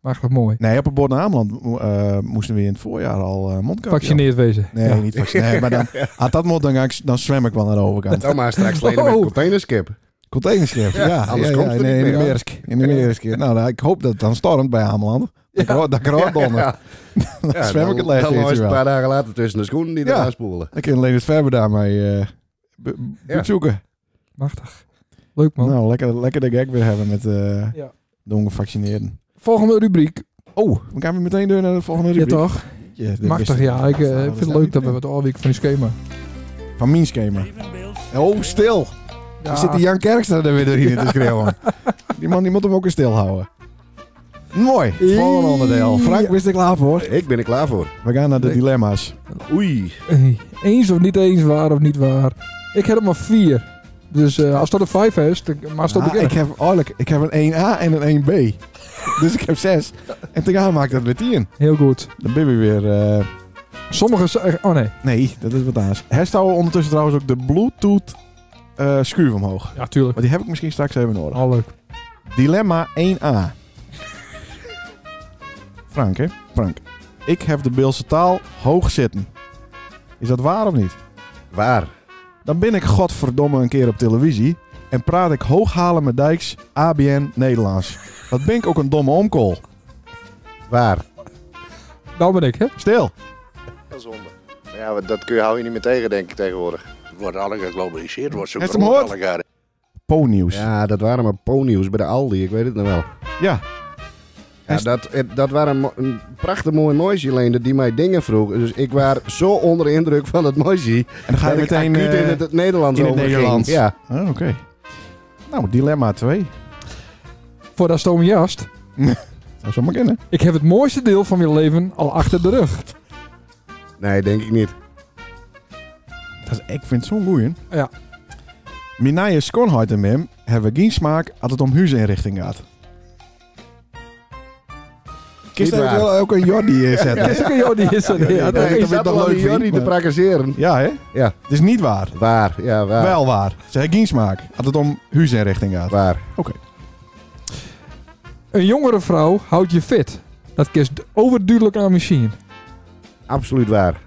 B: Maar toch mooi.
A: Nee, op het bord naar Ameland eh, moesten we in het voorjaar al eh mondkapje op.
B: Vaccineerd wezen.
A: Nee, niet vaccineren. Maar dan, als dat moet, dan, ga ik, dan zwem ik wel naar de overkant.
D: Nou, maar straks leden met
B: Oh.
D: containerskip.
A: Containerschip, ja. ja,
D: anders
A: ja,
D: komt het
A: in,
D: niet
A: in de
D: meer.
A: Meersk. In de Meersk. Nou, nou, ik hoop dat het dan stormt bij Ameland. Dat kan- Dat kan ook donder. Dan
D: Ja,
A: zwem ik het
D: dan-
A: lijstje
D: Dan
A: eerst
D: is het
A: wel.
D: een paar dagen later tussen de schoenen die
A: Ja.
D: eraan spoelen.
A: Dan kan Leendert Verber daarmee eh be-
D: Ja.
A: bezoeken.
B: Machtig. Leuk man.
A: Nou, lekker, lekker de gag weer hebben met eh,
B: Ja.
A: de ongevaccineerden.
B: Volgende rubriek.
A: Oh, we gaan weer meteen door naar de volgende
B: Ja
A: rubriek.
B: toch?
A: Ja, dit
B: Machtig
A: wist
B: ja. Ik eh,
A: Nou,
B: vind het
A: staat
B: leuk dat we
A: niet
B: wat alweer van die schema.
A: in. Van mijn schema. Oh, stil.
B: Ja.
A: Er zit die Jan Kerkstra er weer doorheen te schreeuwen. Die man die moet hem ook weer stilhouden. Mooi. Volgende onderdeel. Frank, wist ik klaar voor?
D: Ik ben er klaar voor.
A: We gaan naar de
B: Nee.
A: dilemma's.
D: Oei.
B: Hey, Eens of niet eens, waar of niet waar. Ik heb er maar vier. Dus eh, als dat een vijf is, dan maar stop
A: Ah,
B: ik
A: ik heb eigenlijk, ik heb een 1A en een 1B. dus ik heb 6. En tegaan maakt dat weer 10.
B: Heel goed.
A: Dan ben je weer... eh,
B: Sommigen zeggen... Oh nee.
A: nee, dat is wat anders. Herstouwen ondertussen trouwens ook de Bluetooth eh schuur omhoog.
B: Ja, tuurlijk.
A: Maar die heb ik misschien straks even nodig.
B: Al leuk.
A: Dilemma 1A. Frank, hè? Frank. Ik heb de Beelse taal hoog zitten. Is dat waar of niet?
D: Waar?
A: Dan ben ik godverdomme een keer op televisie en praat ik hooghalen met Dijks ABN Nederlands. Wat ben ik ook een domme omkool.
D: Waar?
B: Nou ben ik, hè?
A: Stil.
D: Dat zonde. Ja, dat kun je, hou je niet meer tegen, denk ik, tegenwoordig.
C: Wordt alle geglobaliseerd, wordt zo
A: Heeft
C: groot
A: hem gehoord?
C: alle jaren.
A: Po-nieuws. Ja.
D: Ja, dat waren maar pony's bij de Aldi, ik weet het nog wel. Ja,
A: Is-
D: dat, eh, dat waren mo- een prachtig mooi mooisje, Leende, die mij dingen vroeg. Dus ik was zo onder de indruk van dat mooisje.
A: En dan ga je
D: dat ik
A: meteen...
D: acuut
A: eh,
D: in het, het Nederlands
A: in het
D: overging.
A: Nederlands.
D: Ja.
A: oh, Oké. Nou, dilemma 2.
B: Voor dat stomiast.
A: Zou zo maar kennen.
B: Ik heb het mooiste deel van mijn leven al achter de rug.
D: Nee, denk ik niet.
A: Dat is, ik vind het zo'n goeie.
B: Ja.
A: Mijn nieuwe schoonheid en mem hebben geen smaak als het om huisinrichting gaat. Kist
D: Niet
A: daar
D: waar.
A: wel ook een Jordi eh, zetten?
B: Dat is ook een Jordi is er. Ja, dat
D: Nee,
A: vind
D: ik
A: ik
B: is...
D: zat
A: toch
D: al aan
A: leuk
D: die
A: voor
D: Jordi
A: iemand,
D: te prakaseren.
A: Ja, hè?
D: Ja.
A: Het is niet waar.
D: Waar, ja, waar.
A: Wel waar. Ze hebben geen smaak als het om huisinrichting gaat.
D: Waar.
B: Een jongere vrouw houdt je fit. Dat kist overduidelijk aan machine.
D: Absoluut waar.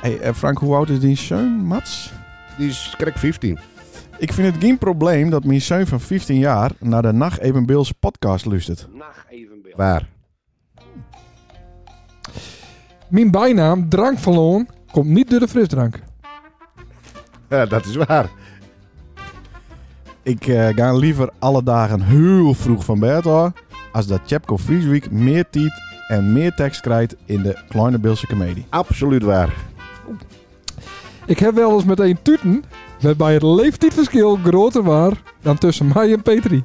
A: Hey, eh, Frank, hoe oud is die zoon, Mats?
D: Die is krek 15.
A: Ik vind het geen probleem dat mijn zoon van 15 jaar naar de Nacht Evenbeels podcast luistert.
C: Nacht evenbeeld.
D: Waar.
B: Mijn bijnaam, drank verloren, komt niet door de frisdrank.
D: Ja, dat is waar.
A: Ik eh, ga liever alle dagen heel vroeg van bed hoor, als dat Chepko Friesweek meer tijd en meer tekst krijgt in de Kleine Beelse Comedie.
D: Absoluut waar.
B: Ik heb wel eens meteen tuten, waarbij het leeftijdsverschil groter was dan tussen mij en Petri.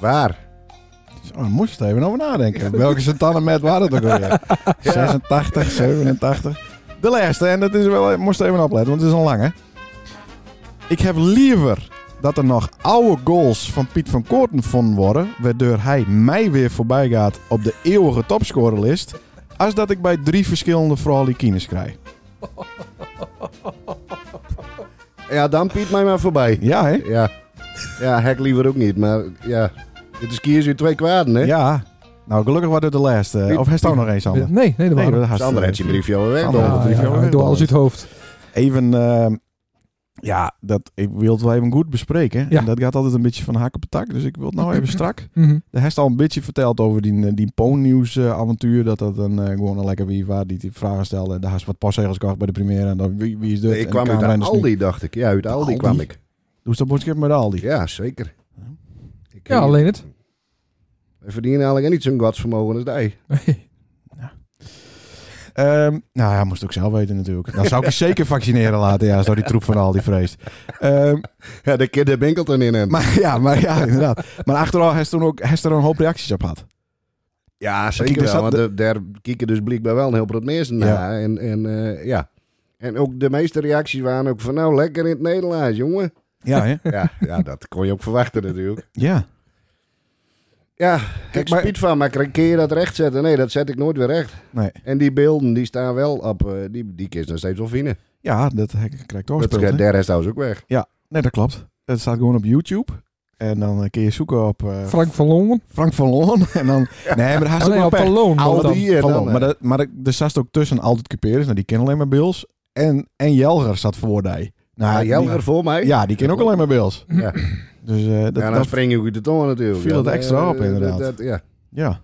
D: Waar.
A: Zo, Dus, oh, dan moest je er even over nadenken. Welke Santana met waren het ook alweer? 86, 87. De laatste, en dat is wel, ik moest even opletten, want het is een lange. Ik heb liever dat er nog oude goals van Piet van Koorten vonden worden, waardoor hij mij weer voorbij gaat op de eeuwige topscorerlist, als dat ik bij drie verschillende vrouwelijkines krijg.
D: Ja, dan Piet mij maar voorbij.
A: Ja, hè?
D: Ja. Ja, hek liever ook niet, maar ja. Dit is kiezen twee kwaden, hè?
A: Ja. Nou, gelukkig was het de laatste.
B: Piet-
A: Of hij staat nog eens, Sander?
B: Nee, nee, dat
A: Nee,
B: waren Ah,
A: dat had-
D: Sander had je briefje al weg.
A: Sander had
D: Don.
A: het briefje
B: ja,
A: al
B: ik doe
A: weg.
B: alles uit het hoofd.
A: Even, eh, ja, dat, ik wil het wel even goed bespreken.
B: Ja.
A: En dat gaat altijd een beetje van hak op de tak. Dus ik wil het nou even strak.
B: Mhm.
A: De heeft al een beetje verteld over die, eh, die Poonnieuws eh, avontuur. Dat dat een, eh, gewoon een lekker wie was die die vragen stelde. En daar is wat postzegels gekocht bij de première. En dan, wie, wie is dit?
D: Nee, Ik
A: En
D: kwam
A: de
D: uit de
A: camera is niet-
D: Aldi, dacht ik. Ja, uit de Aldi,
A: Aldi?
D: kwam ik.
A: Doe ze dat boodschap met Aldi.
D: Ja, zeker. Ik
B: Ja, alleen het.
D: We verdienen eigenlijk niet zo'n godsvermogen als jij.
A: Ehm, nou ja, moest ik ook zelf weten natuurlijk. Dan zou ik je zeker vaccineren laten. Ja, zo die troep van Aldi vreest. Ehm,
D: Ja, de kid de Binkelton in hem.
A: maar ja, maar ja, inderdaad. Maar achteraf heeft ze toen ook heeft ze er een hoop reacties op gehad.
D: Ja,
A: kijk,
D: zeker
A: er
D: wel.
A: zat
D: Want
A: de-
D: de- daar kieken dus blijkbaar wel een heel brood mensen
A: Ja.
D: naar. En, en, eh, ja. en ook de meeste reacties waren ook van... Nou, lekker in het Nederlands, jongen.
A: Ja, hè?
D: Ja, ja dat kon je ook verwachten natuurlijk.
A: Ja.
D: Ja, ik
A: Kijk, maar-
D: spiet van, maar kun je dat recht zetten? Nee, dat zet ik nooit weer recht.
A: Nee.
D: En die beelden, die staan wel op... eh, die, die kist nog steeds wel vinden.
A: Ja, dat krijg ik toch
D: Dat
A: gespeeld, hè?
D: de rest trouwens ook weg.
A: Nee, dat klopt. Het staat gewoon op YouTube. En dan eh, kun je zoeken op eh,
B: Frank van Loon.
A: Frank van Loon. En dan... Nee, maar hij
B: Oh,
A: staat
B: nee,
A: wel
B: op
A: pech.
B: van Loon.
D: Aldi.
B: dan.
D: Die, eh,
A: Van
D: dan,
A: Loon.
D: eh.
A: Maar, dat, maar dat- er staat ook tussen altijd Cuperes. Nou, die kennen alleen maar Bills. En, en Jelger zat voor die. Nou,
D: Ja,
A: die-
D: Ah, Jelger voor mij.
A: Ja, die ken ook alleen maar Bills.
D: Ja.
A: Dus eh, dat,
D: ja, nou, dan
A: dat-
D: spring je uit de tongen natuurlijk.
A: viel
D: Ja,
A: het extra
D: eh,
A: op, inderdaad.
D: dat- ja.
A: ja.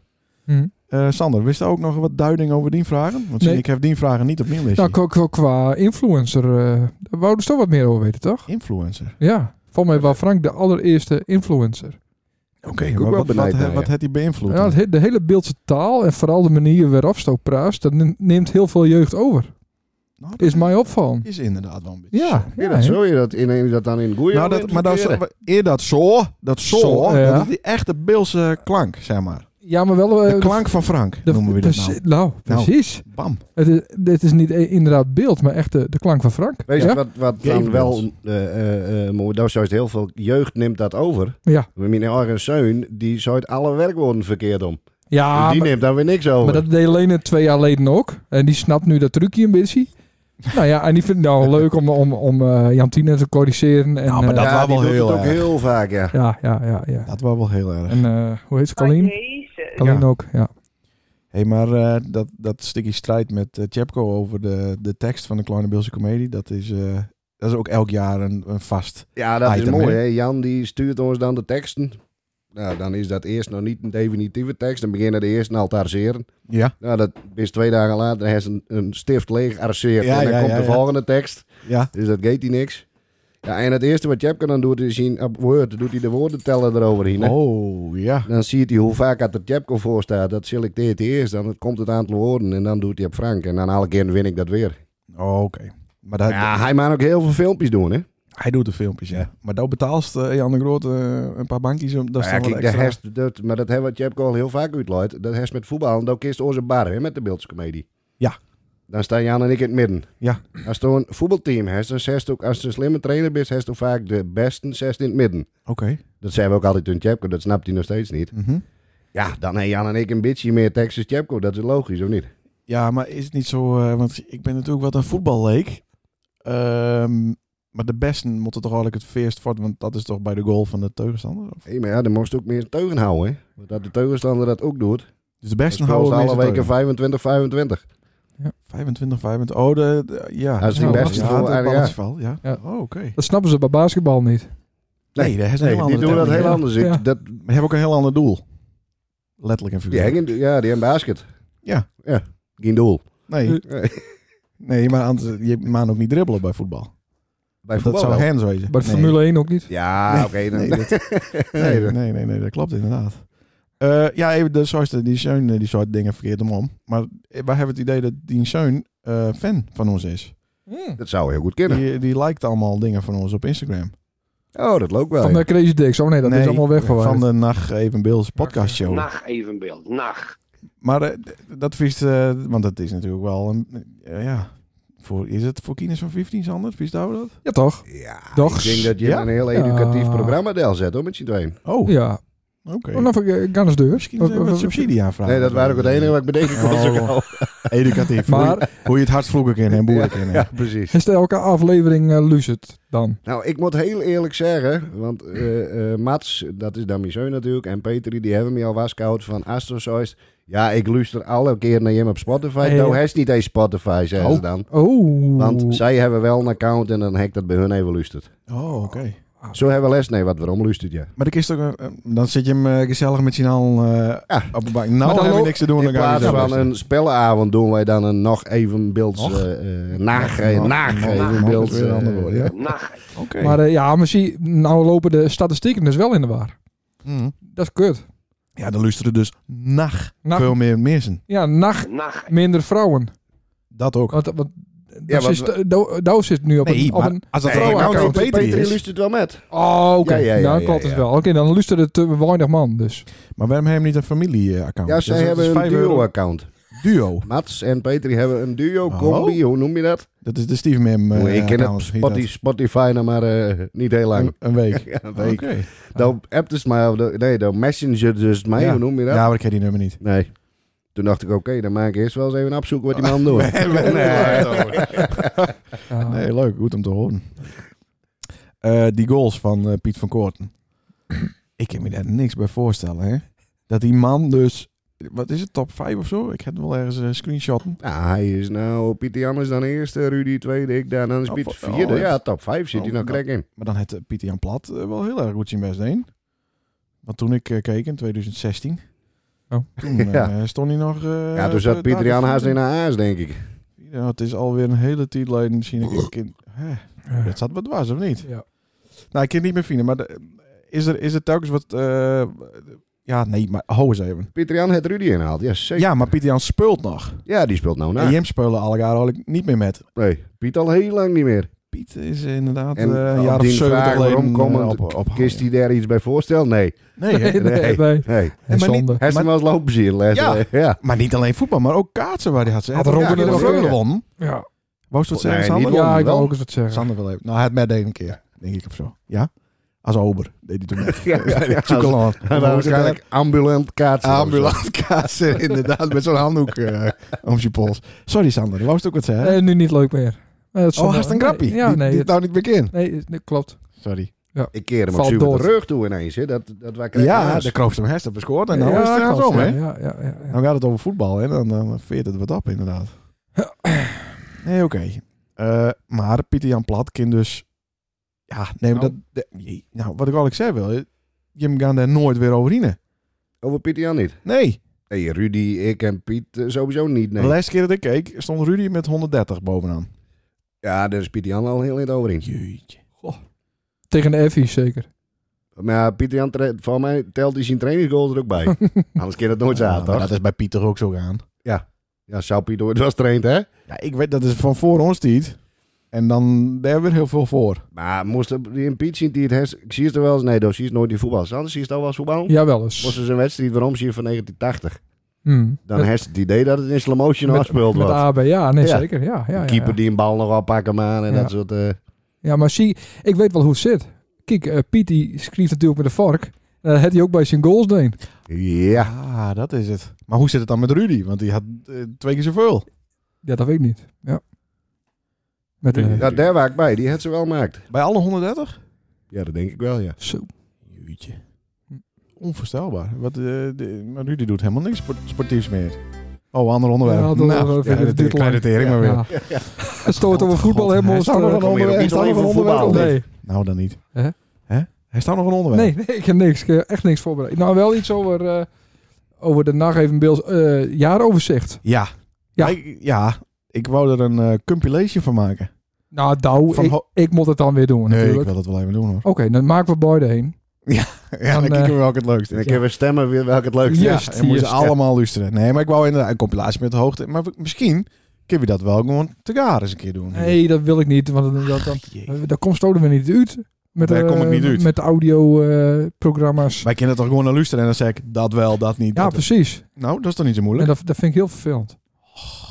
B: Hm.
A: Eh, Sander, wist je ook nog wat duiding over die vragen? Want
B: Nee.
A: ik heb die vragen niet op mijn lijstje.
B: Nou, qua, qua- qua influencer, eh daar wouden ze toch wat meer over weten, toch?
A: Influencer.
B: Ja, volgens mij was Frank de allereerste influencer.
A: Oké,
D: ik
A: maar
D: ook wel
A: wat, wat,
D: benijd
A: wat,
D: naar,
A: wat
D: ja.
A: had hij beïnvloed?
B: Ja, Nou, het he- de hele Beeldse taal en vooral de manier waarop ze ook praat, dat ne- neemt heel veel jeugd over.
A: Nou, dat
B: Is mij opvallen.
A: is inderdaad wel een beetje zo.
B: Ja,
D: Ja,
B: hè?
D: dat zo je dat, in, in- dat dan in het goede
A: Nou, dat, maar dat, eh,
D: interpreteren.
A: eer dat zo, dat zo,
B: Zo, ja.
A: dat is die echte Bilse klank, zeg maar.
B: ja maar wel... eh,
A: De klank van Frank,
B: de-
A: noemen we dat
B: precie-
A: nou.
B: precies.
A: Bam.
B: Het is, dit is niet e- inderdaad beeld, maar echt de, de klank van Frank.
D: Weet je
B: ja?
D: wat, wat
A: Geef
D: dan wel
A: ons.
D: eh eh, eh, mooi, dat is juist heel veel jeugd neemt dat over.
B: Ja.
D: Mijn eigen zoon, die zooit alle werkwoorden verkeerd om.
A: Ah,
B: Ja,
D: dus die
B: maar,
D: neemt daar weer niks over.
B: maar dat deed Lene twee jaar geleden ook. En die snapt nu dat trucje een beetje. nou ja, en die vindt het nou leuk om, om, om eh, Jantine te corrigeren. En,
A: Nou, maar
B: eh,
A: dat- was
D: ja, die
A: wel
D: doet
A: heel
D: het ook
A: erg.
D: heel vaak, ja.
B: ja, ja, ja, ja.
A: Dat was wel heel erg.
B: En eh, hoe heet ze,
E: Maar
B: Colleen?
E: jezus.
B: Colleen ook, ja.
A: hey, maar eh, dat, dat stukje strijd met eh, Tjepko over de, de tekst van de Kleine Bilse Comedie, dat is, eh, dat is ook elk jaar een, een vast.
D: Ja, dat
A: Item,
D: is mooi.
A: hè?
D: Hè? Jan die stuurt ons dan de teksten. Nou, dan is dat eerst nog niet een definitieve tekst. Dan beginnen de eerste al te arceren.
A: Ja.
D: Nou, dat is twee dagen later. Hij is een, een stift leeg arceerd.
A: Ja,
D: en dan
A: ja,
D: komt
A: ja,
D: de
A: ja.
D: volgende tekst.
A: Ja.
D: Dus dat geeft hij niks. Ja, en het eerste wat Jepke dan doet is zien op Word doet hij de woorden tellen eroverheen. hè.
A: Oh, ja.
D: Dan ziet hij hoe vaak het er Jepke voor staat. Dat selecteert hij eerst. Dan komt het aantal woorden en dan doet hij op Frank. En dan alle keer win ik dat weer.
A: Oh, Oké. Maar dat,
D: Ja, hij maakt ook heel veel filmpjes doen, hè?
A: hij doet de filmpjes, ja. Maar dat betaalt eh, Jan de Groot eh, een paar bankjes. om- Daar
D: Nou Ja,
A: staan wel
D: kijk, de
A: extra-
D: herst, dat, maar dat hebben wat je hebt al heel vaak uitlooid. Dat herst met voetbal. En dan kist onze bar hè, met de beeldscomedie.
A: Ja.
D: Dan staan Jan en ik in het midden.
A: Ja.
D: Als je een voetbalteam hebt, dan zegt ook, als je een slimme trainer bent, zegt ook vaak de beste zes in het midden.
A: Oké.
D: Dat zijn we ook altijd toen Tjepko, dat snapt hij nog steeds niet.
A: Mhm.
D: Ja, dan hebben Jan en ik een beetje meer tekst als Tjepko, dat is logisch, of niet?
A: Ja, maar is het niet zo... eh, want ik ben natuurlijk wat een voetballeek. Ehm, maar de besten moeten toch eigenlijk het eerst voort... Want dat is toch bij de goal van de tegenstander? Of?
D: Hé, maar ja, dan moest ook meer teugen houden, hè. Want dat de tegenstander dat ook doet,
A: Dus de
D: dan
A: besten
D: speelt ze
A: houden
D: alle
A: meestal
D: weken 25, 25.
A: 25, 25. Oh, de, de- ja.
D: Dat is
B: die
A: ja,
B: beste
A: ja,
D: voor-
A: dat
D: ah, ja.
A: ballenval, ja.
B: Ja.
A: Oh, oké.
B: Dat snappen ze bij basketbal niet.
A: Nee, dat is een
D: Nee,
A: heel
D: die
A: andere
D: doen dat
A: techniek,
D: heel
A: ja.
D: anders. Ik-
B: Ja.
D: Dat,
A: Maar die hebben ook een heel ander doel. Letterlijk en
D: die
A: figuurlijk.
D: hangen, ja, die hebben basket.
A: Ja.
D: Ja, geen doel.
A: Nee, nee maar anders, je mag ook niet dribbelen bij voetbal.
D: Bij
A: dat
D: voetbal
A: zou
D: wel.
A: hands wezen.
B: Bij de
A: Nee.
B: Formule 1 ook niet.
D: Ja,
A: Nee,
D: oké. dan-
A: nee, dat-
D: nee,
A: Nee,
D: dat-
A: nee, nee, nee, dat klopt inderdaad. Eh, ja, even de zoiste, die Seun eh, die soort dingen verkeerd omom. Maar eh, wij hebben het idee dat die Seun eh, fan van ons is.
D: dat zou heel goed kunnen.
A: Die, die liked allemaal dingen van ons op Instagram.
D: Oh, dat loopt wel.
B: Van
D: ja.
B: de Crazy Dicks. Oh nee, dat is allemaal weggewaard.
A: Van de Nacht Even Beels podcast show.
C: Nacht even beeld. Nacht.
A: Maar eh, d- dat vies, eh, want dat is natuurlijk wel een, eh, ja, voor, is het voor kinderen van 15 anders? Vies daar dat?
B: Ja, toch?
D: Ja,
B: Doch.
D: ik denk dat je
A: Ja?
D: een heel educatief
B: Ja.
D: programma deel zet, hoor, met je tweeën.
A: Oh,
B: Ja.
A: oké.
B: Oh, nou, ik ga eens deur.
A: Misschien
D: oh,
A: zijn we wat subsidie aanvragen.
D: Nee, dat waren ook het enige wat ik bedenken kon.
A: Oh.
D: zo gauw.
A: Educatief. hoe, je,
B: Maar
A: hoe je het hart vroeger kent en boeren kennen.
D: Ja, precies.
B: is er elke aflevering eh, Lucid dan?
D: Nou, ik moet heel eerlijk zeggen, want eh, eh, Mats, dat is dan mijn zoon natuurlijk, en Peter, die hebben me al waskoud van Astrosoist. Ja, ik luister alle keer naar hem op Spotify.
B: Hey.
D: Nou, hij is niet eens Spotify, zeggen ze
A: Oh.
D: dan.
B: Oh.
D: Want zij hebben wel een account en dan heb ik dat bij hun even luisterd.
A: Oh, oké.
D: Zo hebben we les, nee, wat waarom luistert je?
A: Maar de kist ook, eh, eh, dan zit je hem eh, gezellig met z'n allen eh,
D: Ja.
A: op een bank.
B: dan
A: Nou, dan heb je
B: lo-
A: niks te doen.
D: In
A: Dan ga je
D: plaats
A: zelf
D: van
A: luisteren.
D: een spellenavond doen wij dan een nog even beeld.
A: Nog?
D: eh eh, Nag eh,
A: Nog,
D: nag
A: nog, nog,
D: even
A: nog
D: beeld.
A: is weer een
D: eh,
A: ander woord, ja.
C: Nacht.
A: Oké.
B: Maar eh, ja, maar zie, nou lopen de statistieken dus wel in de war.
A: Mhm.
B: Dat is kut.
A: Ja, dan luisteren dus nacht
B: Nacht-
A: veel meer mensen.
B: Ja, nacht
C: Nacht.
B: minder vrouwen.
A: Dat ook.
B: Want, want
D: Ja,
B: dat
D: want
B: is- do- Douw zit nu op
A: Nee,
B: een... Op
A: maar
B: een
A: als dat
D: Nee,
A: vrouwen
D: maar
A: account
D: Peter,
A: van Peter is.
D: luistert wel met.
B: oh, oké.
D: Ja, ja, ja,
B: dan
D: ja,
B: klopt het
D: ja.
B: wel. Oké, dan luistert het te weinig man dus.
A: Maar waarom hebben we niet een familie-account? Dus
D: Ja, zij hebben een duo-account.
A: Duo.
D: Mats en Peter hebben een
A: Oh.
D: duo-combi, hoe noem je dat?
A: Dat is de Steve Mim. eh,
D: ik ken het
A: account, heet dat.
D: Spotty- Spotify nog maar eh, niet heel lang.
A: Een, een week.
D: Ja, een
A: Oké.
D: week. Dan appt het mij, of de- nee, dan messenger dus mij,
A: Ja.
D: hoe noem je dat?
A: Ja, maar ik ken die nummer niet.
D: Nee. Toen dacht ik, oké, dan maak ik eerst wel eens even een opzoek wat die man doet.
B: Ja.
A: Nee, leuk. Goed om te horen. Ah. Eh, die goals van eh, Piet van Koorten. ik kan me daar niks bij voorstellen, hè? Dat die man dus wat is het, top 5 of zo? Ik heb wel ergens eh, screenshotten.
D: Nou, hij is nou, Pieter Jan is dan eerste, Rudy tweede, ik daar, dan is
A: Oh,
D: Pieter
A: voor- oh,
D: vierde.
A: het-
D: ja, top vijf zit
A: oh,
D: hij nou
A: dat-
D: krek in.
A: Maar dan had eh, Pieter Jan Plat eh, wel heel erg goed zijn best heen. Want toen ik eh, keek in 2016,
B: Oh.
A: toen eh,
D: Ja.
A: stond hij nog... eh,
D: Ja, toen
A: op,
D: zat
A: eh,
D: Pieter Jan
A: daar-
D: haast in haar haas, denk ik.
A: Ja, het is alweer een hele tijd geleden. Misschien een kind... Hè, dat zat wat dwars, of niet?
B: Ja.
A: Nou, ik kan het niet meer vinden, maar de- is, er, is er telkens wat... eh, ja, nee, maar hou eens even.
D: Pieter Jan heeft Rudy inhaald, ja zeker.
A: Ja, maar Pieter Jan speelt nog.
D: Ja, die speelt nou
A: En
D: na.
A: Jim spelen allegaar al ik niet meer met.
D: Nee, Piet al heel lang niet meer.
A: Piet is inderdaad
D: En
A: eh, een
D: op
A: jaar of
D: die
A: zeventig
D: vraag
A: geleden
D: waarom
A: komen
D: komen,
A: eh, op, op
D: Kist hij daar iets bij voorstellen? Nee,
A: Nee, hè?
B: Nee, nee,
D: Nee.
B: nee.
D: nee.
A: maar
B: En
A: niet-
B: zonde.
D: Hij is
A: Maar-
D: hem wel eens lopen zien
A: Ja.
D: letten. Ja.
A: maar niet alleen voetbal, maar ook kaatsen waar hij had. Ze
B: Had
A: had
B: Robben
A: ook
D: er
A: een
D: ook
A: Vreugde
D: weer?
A: won.
B: Ja.
A: Wou je wat
D: Nee,
A: zeggen,
D: niet
A: Sander?
D: won.
B: ja, ik wil
D: wel.
B: ook eens wat zeggen.
A: Sander wil even. Nou, hij had mij deed een keer, denk ik of zo. Ja? Als ober deed hij toen net.
D: Ja, ja, ja.
A: Chocolaan.
D: Hij was waarschijnlijk ambulant kaatsen. of zo.
A: Ambulant kaatsen, inderdaad, met zo'n handdoek eh, om zijn pols. Sorry Sander, wou je ook wat zeggen?
B: Eh, nu niet leuk meer. Eh, het
A: oh,
B: zonde-
A: hast een
B: nee,
A: grappie.
B: Ja,
A: die,
B: nee.
A: die
B: het-
A: nou niet meer in.
B: nee, het- nee, klopt.
A: Sorry.
D: Ik keer hem op
B: Valt
D: zijn
B: door.
D: terug toe ineens. Hè. Dat, dat wij kregen
A: ja,
D: haast.
A: de kroop hem hersen bescoord en dan
B: ja,
A: Nou, is het eraan
B: klopt,
A: zo,
B: ja,
A: hè?
B: Ja, ja, ja, ja.
A: Nou gaat het over voetbal en dan, dan veert het wat op inderdaad. Nee, oké. Eh, maar Pieter Jan Plat kan dus... Ja, nee, maar
B: Nou.
A: dat... de- jee, nou, wat ik al ik zei wil, eh, Jim gaan daar nooit weer over in.
D: Over Pieter Jan niet.
A: Nee.
D: Nee, Rudy, ik en Piet eh, sowieso niet.
A: De
D: Nee.
A: laatste keer dat ik keek, stond Rudy met 130 bovenaan.
D: Ja, daar is Pieter Jan al heel in het over in.
A: Jeetje.
B: Tegen de Effie zeker.
D: Maar ja, Pieter Jan, tra- voor mij telt hij zijn trainingsgoal er ook bij. Anders kan dat nooit
A: Ja,
D: zaten,
A: maar
D: toch?
A: dat is bij Pieter ook zo gaan.
D: Ja, zou Pieter ooit was traind, hè?
A: Ja, ik weet, dat is van voor ons niet. En dan, daar hebben we heel veel voor.
D: Maar moest er- die in Piet zien die het heeft, ik zie het er wel eens. Nee, dat zie je nooit die voetbal. Anders zie je het al wel eens voetbal.
B: Ja, wel eens.
D: Moest er een wedstrijd waarom zie je van 1980.
B: Hmm.
D: Dan
B: Met-
D: heeft het idee dat het in slow motion
A: nou
B: met-
D: afgespeeld
B: Met
D: wordt.
B: AB, ja, nee,
D: Ja.
B: zeker. Ja, ja,
D: De
B: ja,
D: keeper
B: ja.
D: die een bal nog wel pakken maar en
B: Ja.
D: dat soort... eh,
B: Ja, maar zie, ik weet wel hoe het zit. Kijk, eh, Piet die schreef natuurlijk met de vark. En dat had hij ook bij zijn goals deen.
D: ja.
A: Ah, dat is het. Maar hoe zit het dan met Rudy? Want die had eh, twee keer zoveel.
B: Ja, dat weet ik niet. Ja. Met eh, de...
D: ja, daar waar ik bij. Die had ze wel maakt.
A: Bij alle 130?
D: Ja, dat denk ik wel, ja.
B: Zo.
A: Jeetje. Onvoorstelbaar. Wat, eh, de, maar Rudy doet helemaal niks sport- sportiefs meer. Oh, ander onderwerp.
B: Ja, dat-
A: nou,
B: dat- dat-
A: ja,
B: dat-
A: dat-
B: duurt
A: kleine
B: lang.
A: tering maar weer.
B: Ja. Het stoort over voetbal
A: Oh, God,
B: helemaal
A: hij staat nog
B: stuk.
A: een
D: Kom hier
A: onderwerp.
D: op,
A: Hij
D: niet
A: staat
D: alleen
A: nog een onderwerp.
D: voor voetbal.
A: Nee.
B: Nee,
A: Nou, dan niet.
B: Hè?
A: Hè? Hij staat nog een onderwerp.
B: nee, nee, ik heb niks. Ik heb echt niks voorbereid. Nou, wel iets over, eh, over de nacht even beeld. eh, jaaroverzicht.
A: Ja.
B: Ja.
A: Maar Ik, ja. Ik wou er een eh, compilation van maken.
B: Nou, Douw,
A: Van
B: ik,
A: ho-
B: ik moet het dan weer doen
A: nee, ik
B: natuurlijk.
A: wil dat wel even doen hoor.
B: Oké, dan maken we beide heen.
A: Ja, dan
B: Dan, eh,
A: kijken we welke het leukste
D: En
A: is.
D: dan kunnen we stemmen weer welke het leukste
A: Ja,
D: is.
B: Juist,
A: en moeten ze
B: juist.
A: allemaal luisteren. Nee, maar ik wou inderdaad een compilatie met de hoogte. Maar misschien kunnen we dat wel gewoon te garen eens een keer doen.
B: Nee, dat wil ik niet, want dan, dan,
A: Jee.
B: dan, dan komt stoten we niet uit. Met,
A: Daar
B: eh,
A: kom ik niet uit.
B: Met eh, audio-programma's.
A: Wij kunnen toch gewoon naar luisteren en dan zeg ik dat wel, dat niet.
B: ja,
A: dat-
B: precies.
A: Nou, dat is toch niet zo
B: En
A: moeilijk?
B: dat, dat vind ik heel vervelend.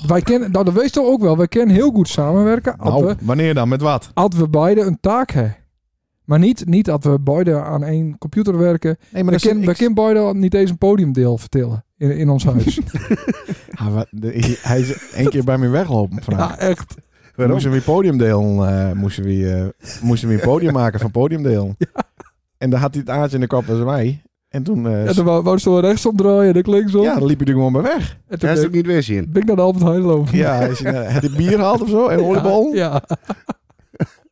B: Wij kennen, nou, dat weet je toch ook wel. Wij kunnen heel goed samenwerken. als we-
A: nou, wanneer dan? Met wat?
B: als we beide een taak hebben. Maar niet, niet dat we beide aan één computer werken.
A: Nee,
B: We kunnen we kunnen beide niet eens een podiumdeel vertellen in, in ons huis.
A: Hij, wa- Ah, de- hij- hij is één keer bij me weglopen.
B: ja,
A: Frank.
B: echt.
D: Waarom?
A: Moesten we weer podiumdeel, eh moesten, we, eh, moesten we een podium maken van podiumdeel. En daar had hij het aardje in de kop als wij. En toen, eh,
B: En
A: ja,
B: dan wou wou ze wel rechtsom draaien en dan linksom.
A: dan liep hij er gewoon bij weg.
B: en toen
D: Dat is ook
B: ben,
D: niet weer zien.
B: ben ik naar de Albert Heijn lopen.
A: Ja, hij is, eh, had hij bier gehaald of zo? En oliebollen?
B: Ja.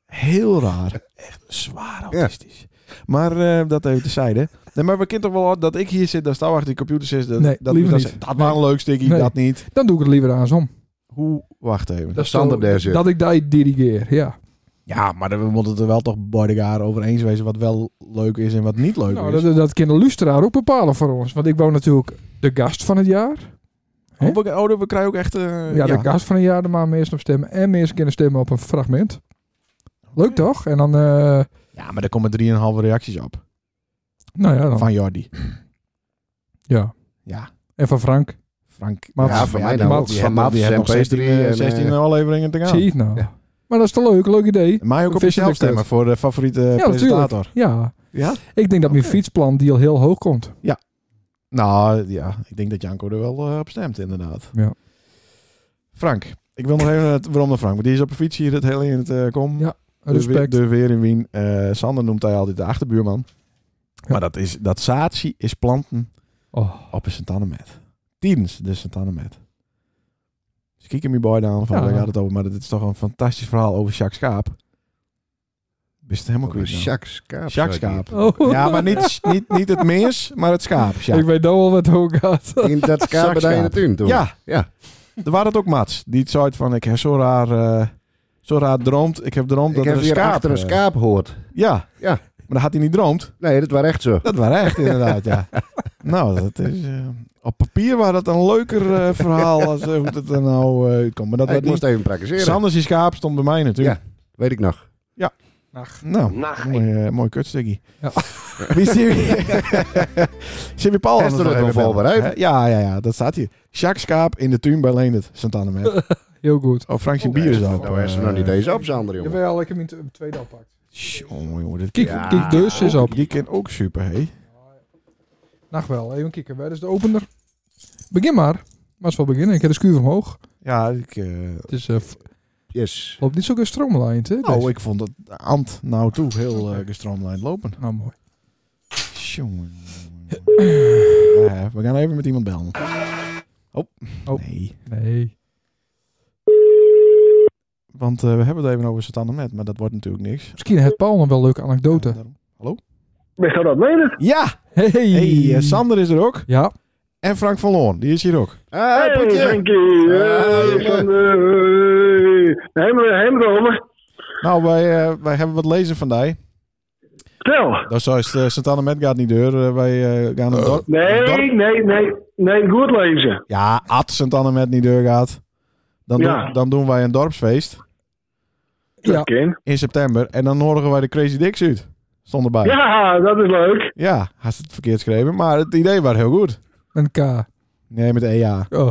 A: Heel raar. Echt zwaar autistisch. Maar eh, dat even tezijde. Nee, maar we kennen toch wel dat ik hier zit, dat staan achter die computer zit. Dat,
B: Nee,
A: dat,
B: liever
A: dat,
B: niet.
A: dat was een leuk stukje,
B: Nee.
A: dat niet.
B: Dan doe ik het liever andersom.
A: Hoe? Wacht even.
B: Dat,
D: Sander
B: zo-
D: daar zit.
B: dat ik daar dirigeer, ja.
A: Ja, maar we moeten het er wel toch bodyguard over eens wezen wat wel leuk is en wat niet leuk
B: Nou,
A: is.
B: dat, dat kan de luisteraar ook bepalen voor ons. Want ik wou natuurlijk de gast van het jaar. hè?
A: Oh, we, oh, we krijgen ook echt... eh,
B: Ja, de gast van het jaar, daar maar mensen op stemmen. En mensen kunnen stemmen op een fragment. Leuk toch? En dan, eh,
A: Ja, maar er komen 3,5 reacties op.
B: nou ja, dan.
A: Van Jordi.
B: Ja.
A: Ja,
B: En van Frank.
A: Frank.
B: Mats.
D: Ja, van mij
A: die
D: dan
A: had-
D: ook.
A: nou die had
D: Van
A: nog-
D: Mats
A: die had
D: en
A: nog 16,
D: Petri
A: eh,
D: en,
A: 16
D: eh,
A: afleveringen te gaan.
B: Zie je het nou.
A: Ja.
B: Maar dat is toch leuk, leuk idee.
A: Maar ook op
B: Vind
A: jezelf
B: het ook
A: stemmen voor de favoriete
B: Ja,
A: presentator.
B: Ja,
A: Ja?
B: ik denk dat mijn
A: Oké.
B: fietsplan deal heel hoog komt.
A: Nou, ja. Ik denk dat Janko er wel eh, op stemt, inderdaad.
B: Ja.
A: Frank. Ik wil nog even naar het- waarom naar Frank. Want die is op de fiets hier het hele in het eh, kom.
B: Ja, Respect.
A: De, we- de weer in Wien. Eh, Sander noemt hij altijd de achterbuurman.
B: Ja.
A: Maar dat, is, dat zaadje is planten
B: Oh,
A: op een sint tijdens de Santana met. Dus kijk hem je boy aan, van
B: Ja.
A: daar gaat het over. Maar dit is toch een fantastisch verhaal over Jacques Schaap. Wist het helemaal kwijt. nou?
D: Jacques Schaap.
A: Jacques
D: zei hij.
A: Schaap.
B: Oh.
A: Ja, maar niet, niet, niet het mens, maar het schaap.
B: Ik
A: Sjaak.
B: weet nou al wat het ook gaat.
D: In dat schaap
A: Jacques
D: bij in de
A: Schaap.
D: tuin toen.
A: Ja,
D: Ja.
A: er waren het ook Mats. Die het zei van, ik heb zo raar, eh, zo raar droomd. Ik heb droomd
D: Ik
A: dat
D: heb
A: er een
D: hier
A: schaap...
D: achter een
A: eh,
D: schaap hoort.
A: Ja.
D: Ja.
A: Maar dat had hij niet droomd.
D: Nee, dat was echt zo.
A: Dat was echt inderdaad, ja. Nou, dat is... eh, op papier was dat een leuker eh, verhaal als eh, hoe dat er nou eh, uitkomt. Maar dat werd
D: Ik
A: niet...
D: moest even praktiseren.
A: Sanders die schaap stond bij mij natuurlijk.
D: Weet ik nog.
A: Nou,
C: Nacht.
A: mooi, eh, mooi kutstukkie.
B: Ja.
A: Wie zie je? Zie je Paul?
D: Hij is er
A: nog
D: nog
A: even
D: wel
A: bellen?
D: vooruit.
A: Hè? Ja, ja, ja, dat staat hier. Jacques Schaap in de tuin bij Leendert, Santana met.
B: Heel goed.
A: Oh, Frankje
B: Oh,
A: Bier is eh,
D: Nou,
A: dat.
D: Nou, is er nog niet deze op, Sander, jongen.
B: Jawel, ik heb hem in het tweede alpakt.
A: Jongen, jongen, dit
B: Kijk,
D: Ja.
B: kijk, dus is op.
A: Die kent ook super, hé.
B: Nacht wel, even kijken. Waar is de opener? Begin maar. Maar wel beginnen. Ik heb de schuur omhoog.
A: Ja, ik, eh,
B: Het is, eh, f-
D: Yes.
B: loopt niet zo gestroomlijnd, hè? deze.
A: nou, ik vond het ambt nou toe heel eh gestroomlijnd lopen.
B: Nou, mooi.
A: Jongen. Ja, Eh, we gaan even met iemand bellen. Oh,
B: Oh.
A: nee.
B: Nee.
A: Want eh, we hebben het even over Santana met, maar dat wordt natuurlijk niks.
B: Misschien heeft Paul nog wel een leuke anekdote.
A: Ja, Hallo?
E: Ben je dat menen?
A: Ja!
B: Hey!
A: Hey, eh, Sander is er ook.
B: Ja,
A: En Frank van Loon, die is hier ook.
D: Ah, potje.
E: Frankie.
D: Hey,
E: Hey, van de... Hey, helemaal over.
A: Nou, wij, eh, wij hebben wat lezen vandaag.
E: Vertel.
A: Dat is zoals eh, Santana met gaat niet deur. Eh, wij eh, gaan een dorp- een dorp-
E: Nee, nee, nee. Nee, goed lezen.
A: Ja, at Santana met niet deur gaat. Dan,
E: Ja.
A: doen, dan doen wij een dorpsfeest
B: ja.
E: Ken.
A: in september. En dan nodigen wij de Crazy Dicks uit. Stond erbij.
E: Ja, dat is leuk.
A: ja had het verkeerd geschreven. Maar het idee was heel goed.
B: een K.
A: Nee, met EA.
B: Oh.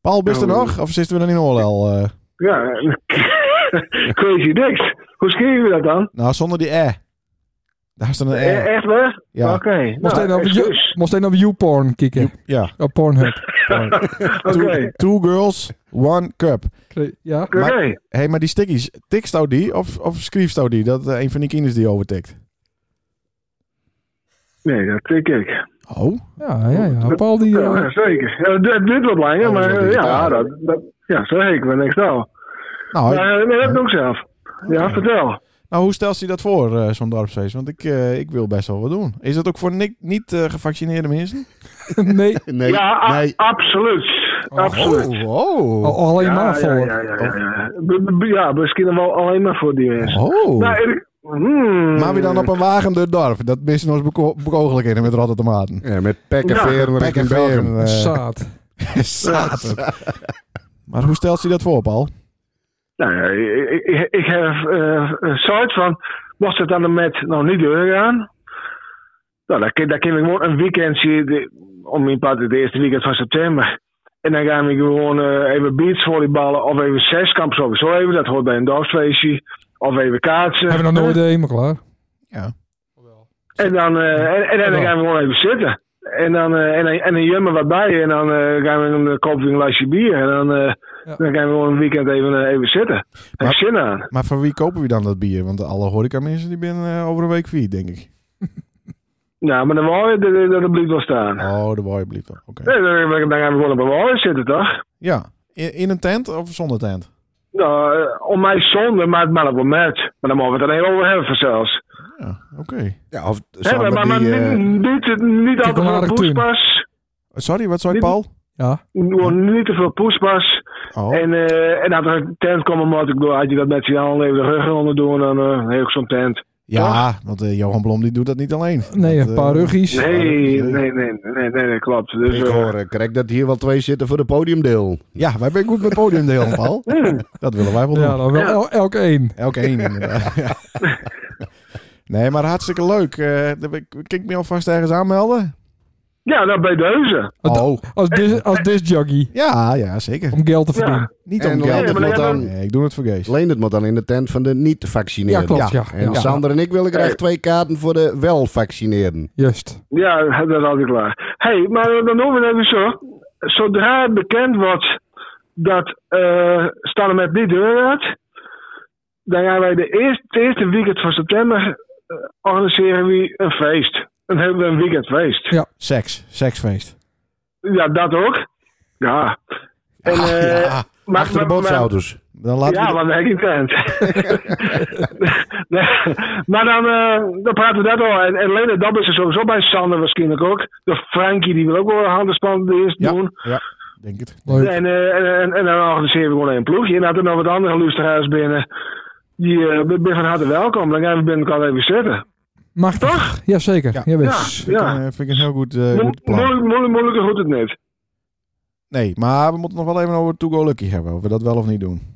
A: Paul, bist er
E: Nou,
A: nog? Of zitten we dan in oorlel? eh?
E: Ja. Crazy Dicks. Hoe schrijven we dat dan?
A: nou, zonder die E. Daar is dan een
E: E-
A: E.
E: Echt waar?
A: Ja.
E: Oké.
B: Moest hij
E: Nou,
B: nou op You-
E: excuus.
B: moest hij nou op YouPorn kicken?
A: Ja.
B: Op Pornhub.
E: Oké.
A: Two, two girls, one cup.
B: Kre- Ja.
E: Oké.
A: Hé, hey, maar die stickies, tikst nou die of, of schrijft nou die? Dat eh, een van die kinders die overtikt.
E: Nee, dat denk ik.
A: Oh,
B: Ja, ja, ja. Paul die... eh,
E: Ja, zeker. Ja, het duurt wat langer,
D: Oh, dat is
E: maar
D: wel
E: eh, ja,
D: digitaal.
E: dat, dat, ja, zeker. Ben ik nou.
A: nou,
E: Maar eh, nee, dat doe ik zelf. Ja, vertel.
A: nou hoe stelt je dat voor, eh, zo'n dorpsfeest? Want ik, eh, ik wil best wel wat doen. Is dat ook voor ni- niet eh, gevaccineerde mensen?
B: nee.
D: Nee,
E: ja, ah. a-
D: nee.
E: absoluut. absoluut.
A: Oh, wow.
B: Al- alleen
E: Ja,
B: maar
E: ja,
B: voor.
E: ja, ja, ja, ja. B- b- b- ja, misschien wel alleen maar voor die mensen.
A: Oh.
E: Nou, ik- hmm.
A: Maar weer dan op een wagen door het dorp. Dat missen ons beko- bekogelijk in met rotte tomaten.
D: Ja, met pek en
E: Ja.
D: veren
A: Pek en
D: richting Belgium.
A: veren, eh,
B: Saad.
A: zaad. Maar hoe stelt je dat voor, Paul?
E: Nou, ja, ik, ik- ik, ik heb eh een soort van. Was het dan met nog niet doorgaan? Nou, daar kan, daar kan ik gewoon een weekendje. de- Om in part het eerste weekend van september. En dan gaan we gewoon eh, even beachvolleyballen of even zeskamp sowieso even. Dat hoort bij een dorpsfeestje. Of even kaatsen.
B: Hebben we nog nooit één, maar klaar.
E: En dan, eh, en, en, dan gaan we gewoon even zitten. En dan eh, en, en een jummer wat bij. En dan eh, gaan we een, kopen we een lasje bier. En dan, eh,
B: Ja.
E: dan gaan we gewoon een weekend even, eh, even zitten. Heb
A: Maar-
E: ik zin aan.
A: Maar van wie kopen we dan dat bier? Want alle horeca-mensen die binnen eh, over een week vier, denk ik.
E: Nou, maar dan wou je, dat, dat blijft wel staan.
A: Oh, de boy blieft wel. Oké.
E: Nee, dan, dan gaan we gewoon op een wal zitten, toch?
A: Ja. In, in een tent of zonder tent?
E: Nou, eh, om mij zonde, maar het maakt wel met. Maar dan mogen we het er even over hebben zelfs.
A: Ja, oké.
D: Ja, of
E: Hè, maar
D: samen
E: maar,
D: die...
E: maar
D: eh,
E: niet, niet, niet al te
B: Chocoladekoen.
E: veel poespas.
A: Sorry, wat zei
E: Dit-
A: Paul?
B: Ja.
E: Gewoon Niet te veel poespas.
A: Oh,
E: En, eh en als er een tent komt, moet ik door, had je dat met z'n allen even de rug onder doen, dan eh heb ik zo'n tent.
A: ja, want eh, Johan Blom die doet dat niet alleen.
B: Nee,
A: Dat,
B: een
A: eh,
B: paar ruggies.
E: Nee, nee, nee, nee, nee, nee, klopt. Dus,
D: Ik
E: eh,
D: hoor eh, correct dat hier wel twee zitten voor de podiumdeel.
A: Ja, wij zijn goed met podiumdeel, Paul.
E: Hmm.
A: dat willen wij wel doen.
B: Ja, dan wel el- elk één.
A: Elk één inderdaad. Ja. nee, maar hartstikke leuk. Eh, dat ik- kan ik me alvast ergens aanmelden?
E: ja, nou, bij deuze.
A: Oh,
B: Als, dis, als discjockey.
A: ja, ja, zeker.
B: Om geld te verdienen.
E: Ja.
A: Niet
D: En
A: om
D: Leendert
A: geld.
E: maar
D: moet
E: dat-
D: dan...
A: Nee, ik doe het voor Gees.
D: Leendert moet dan in de tent van de
B: Ja,
D: niet-vaccineerden.
B: klopt. Ja.
D: En
B: Ja.
D: Sander en ik willen graag twee kaarten voor de wel-vaccineerden.
B: Juist.
E: Ja, dat had ik klaar. Hé, hey, maar dan doen we het even zo. Zodra het bekend wordt dat eh Stallen met niet doorgaat, dan gaan wij de eerste, het eerste weekend van september eh, organiseren we een feest. Een, heel- een weekendfeest.
B: Ja.
A: Seks. Seksfeest.
E: ja, dat ook. Ja. En, eh,
D: ja,
E: maar-
D: achter de
E: maar-
D: botsauto's.
A: Dan laten
E: ja,
A: we...
E: want dan heb ik niet tent. Nee, maar dan, eh, dan praten we dat al. En, en Lene Dabbers is sowieso bij Sander waarschijnlijk ook. De Frankie die wil ook wel een handenspan de eerste
A: Ja.
E: doen.
A: ja, denk het.
B: Leuk.
E: En, eh, en, en, en dan organiseren we gewoon één ploegje. En had er nog wat andere luisteraars binnen. Die eh, ben ben van harte welkom. Dan gaan we binnenkort even zitten.
B: Machtig. Jazeker.
A: Ja.
B: Jawes.
A: Vind, ik
E: Ja.
A: een- vind ik een heel goed, eh,
E: Mo-
A: goed plan.
E: moeilijk- moeilijk- Moeilijker goed het niet.
A: Nee, maar we moeten nog wel even over To Go Lucky hebben. Of we dat wel of niet doen.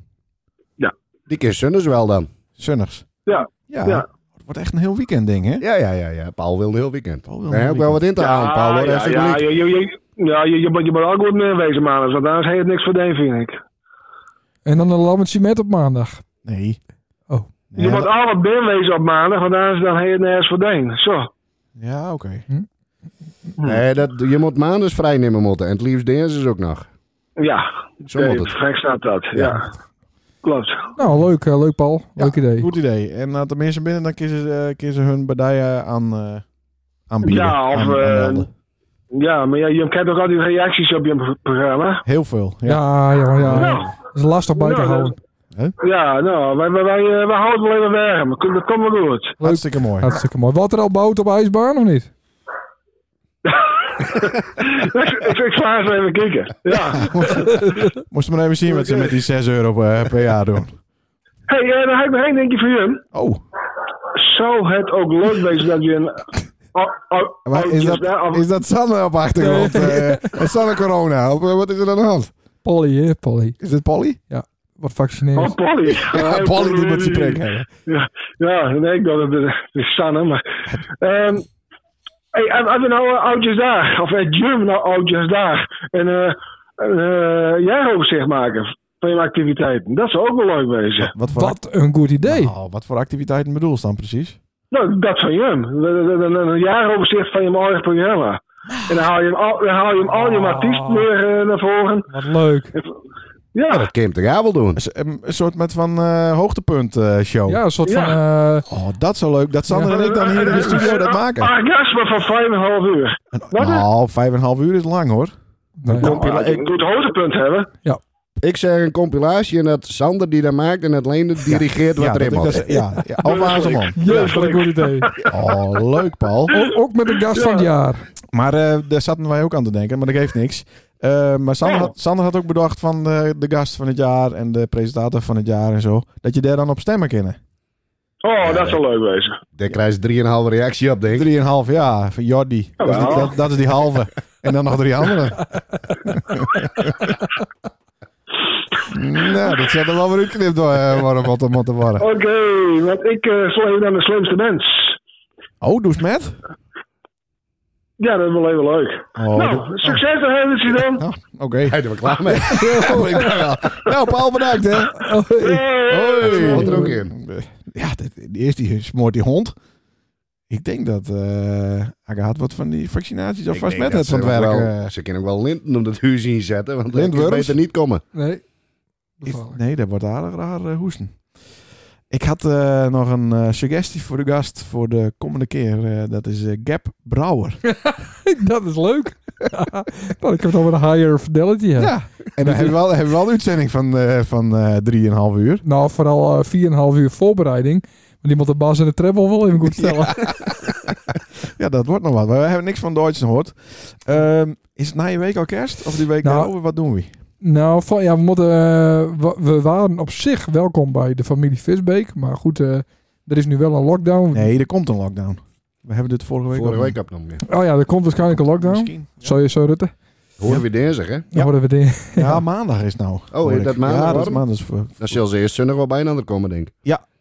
D: Die keer Sunnes wel dan.
A: Sunnigs.
E: Ja.
A: Ja.
E: Ja.
A: Het wordt echt een heel weekend ding, hè?
D: Ja, ja, ja, ja. Paul wil een heel weekend.
A: Paul wil een
D: Nee,
A: heel
D: ook wel wat in te halen, Paul. Hoor.
E: ja,
D: Even
E: ja,
D: genieten.
E: je, je, je, ja, je, je, moet- je moet ook goed meer wezen, man. Want anders heb je het niks voor de een, vind ik.
B: En dan een lammetje met op maandag.
A: Nee.
B: Oh.
A: Nee,
E: je
A: dat-
E: moet al wat meer wezen op maandag, want anders dan heb je het nergens voor de een. Zo.
A: Ja, oké.
D: Nee, dat, je moet maandags vrij nemen moeten. En het liefst dinsdags ook nog.
E: Ja.
D: Zo moet
E: Eh,
D: het.
E: Gek staat dat. Ja. Klopt.
B: Nou, leuk, eh, leuk Paul. leuk idee.
A: Goed idee. En laat de mensen binnen, dan kiezen ze, eh, kiezen hun bedijen aan, eh aanbieden.
E: Ja, of,
A: Aan-
E: eh,
A: aanmelden.
E: Ja, maar ja, je krijgt ook altijd reacties op je programma.
A: Heel veel. Ja.
B: Ja, jongen, ja.
E: Nou.
B: Dat is lastig bij te
E: Nou,
B: houden.
E: Ja, nou, wij, wij, wij, eh, wij houden het wel even weg. maar kom- Dat komt wel goed.
A: Hartstikke mooi.
B: Hartstikke mooi. Wat er al bouwt op ijsbaan of niet?
E: ik, ik, ik ga eens even kijken. Ja.
A: Moesten maar even zien wat ze met die 6 euro eh, per jaar doen.
E: hey, eh, dan heb ik nog één dingetje voor jullie.
A: Oh,
E: Zou het ook leuk zijn dat je een... Oh, oh,
A: maar
E: oh,
A: is,
E: dus daar-
A: dat,
E: of-
A: is dat Sanne op achtergrond? Eh, is Sanne corona? Of, eh, wat is er aan de hand?
B: Polly, hè, Polly.
A: Is dit Polly?
B: Wat vaccineert.
E: Oh, Polly.
A: Ja, Polly die moet zijn prik hebben.
E: Ja, ja, nee, ik dacht dat het het is Sanne, maar... ehm hey, hebben hebben we nou uh, Oudjesdag, of het Jum nou Oudjesdag, en eh een jaaroverzicht maken van je activiteiten? Dat zou ook wel leuk wezen.
A: Wat voor,
B: Wat een goed idee.
A: Nou, wat voor activiteiten bedoel je dan precies?
E: Nou, dat van Jum. Een, een, een jaaroverzicht van je eigen programma. En dan haal je hem al, dan haal je, hem al je artiesten weer eh, naar voren.
B: Wat leuk.
D: Ja,
E: Ja,
D: dat kan je hem toch wel doen.
A: Een s- eh, Een, een soort met van eh, hoogtepunt eh, show.
B: Ja, een soort
E: Ja.
B: van... eh,
A: Oh, dat is zo leuk. Dat Sander en ik dan
E: Eh,
A: hier in de studio dat maken.
E: Orgasme van 5,5 uur. Wat?
A: Nou, vijf en een half uur is lang hoor.
B: nee.
E: Nou, ik moet het hoogtepunt hebben.
D: Ah, Ik zeg een compilatie en dat Sander die dat maakt en dat Lene dirigeert wat
A: ja,
D: erin
A: dat,
D: moet.
A: dat is, ja, ja. Of aan zijn man.
B: Jezus, wat een goed idee.
A: Oh, leuk Paul.
B: Ook, ook met de gast van het jaar.
A: Maar eh, daar zaten wij ook aan te denken, maar dat geeft niks. Eh, maar Sander,
E: Oh.
A: had, Sander had ook bedacht van de, de gast van het jaar en de presentator van het jaar en zo. Dat je daar dan op stemmen kennen.
E: Oh, dat zou leuk wezen.
D: Daar krijg je 3,5 reactie op, denk ik.
A: Drieënhalf jaar van Jordi. Dat is, die,
E: Jawel.
A: dat, dat is die halve. en dan nog drie anderen. nou, dat zou er wel weer uitknipt eh, worden, wat er moeten worden.
E: Oké, want ik eh zal even naar de slimste mens.
A: Oh, doe eens met?
E: Ja, dat is wel even leuk.
A: Oh,
E: nou,
A: doe-
E: succes nog eventjes dan.
A: Nou, oké.
D: Hij er wel klaar mee.
A: Ik ben wel- nou, Paul, bedankt hè.
B: Oh, hey.
A: Hoi.
D: Wat er ook in.
A: Ja, dit- die eerst die smoort die hond. Ik denk dat eh Agathe wat van die vaccinaties
D: Ik
A: alvast
D: denk
A: met
D: dat
A: het
D: ze
A: van het werk.
D: wel-
A: eh,
D: ze kunnen ook wel linten om dat huis inzetten, want ik
A: Lintworms?
D: kan beter niet komen.
B: Nee.
A: is-
B: Bevallig.
A: nee, dat wordt aardig raar eh, hoesten. Ik had eh, nog een eh, suggestie voor de gast voor de komende keer. eh, dat is eh, Gap Brouwer.
B: Dat is leuk. nou, ik heb het over de higher fidelity. hè.
A: Ja. En dan hebben we wel, hebben we wel een uitzending van, eh van eh, 3,5 uur.
B: Nou, vooral eh 4,5 uur voorbereiding. Want die moet de bas en de treble wel even goed stellen.
A: Ja, dat wordt nog wat. We hebben niks van Duits gehoord. Ehm, is het na je week al kerst? Of die week
B: Nou,
A: daarover? Wat doen we?
B: Nou, van, ja, we, moeten, eh, wa- we waren op zich welkom bij de familie Visbeek. Maar goed, eh, er is nu wel een lockdown.
A: Nee, er komt een lockdown. We hebben dit vorige week
D: Vorige
A: al-
D: week op nog meer.
B: Oh ja, er komt waarschijnlijk een lockdown.
A: Misschien.
B: Zou je zo, Rutte? Dan
D: Horen we dinsdag, hè?
A: Ja.
B: worden we de-
A: Ja, maandag is het nou. hoor
D: Oh, is
A: ik.
D: dat maandag
A: Ja, dat is
D: warm?
A: maandag. is voor-
D: Dan zullen ze eerst zondag wel bijna komen, denk ik.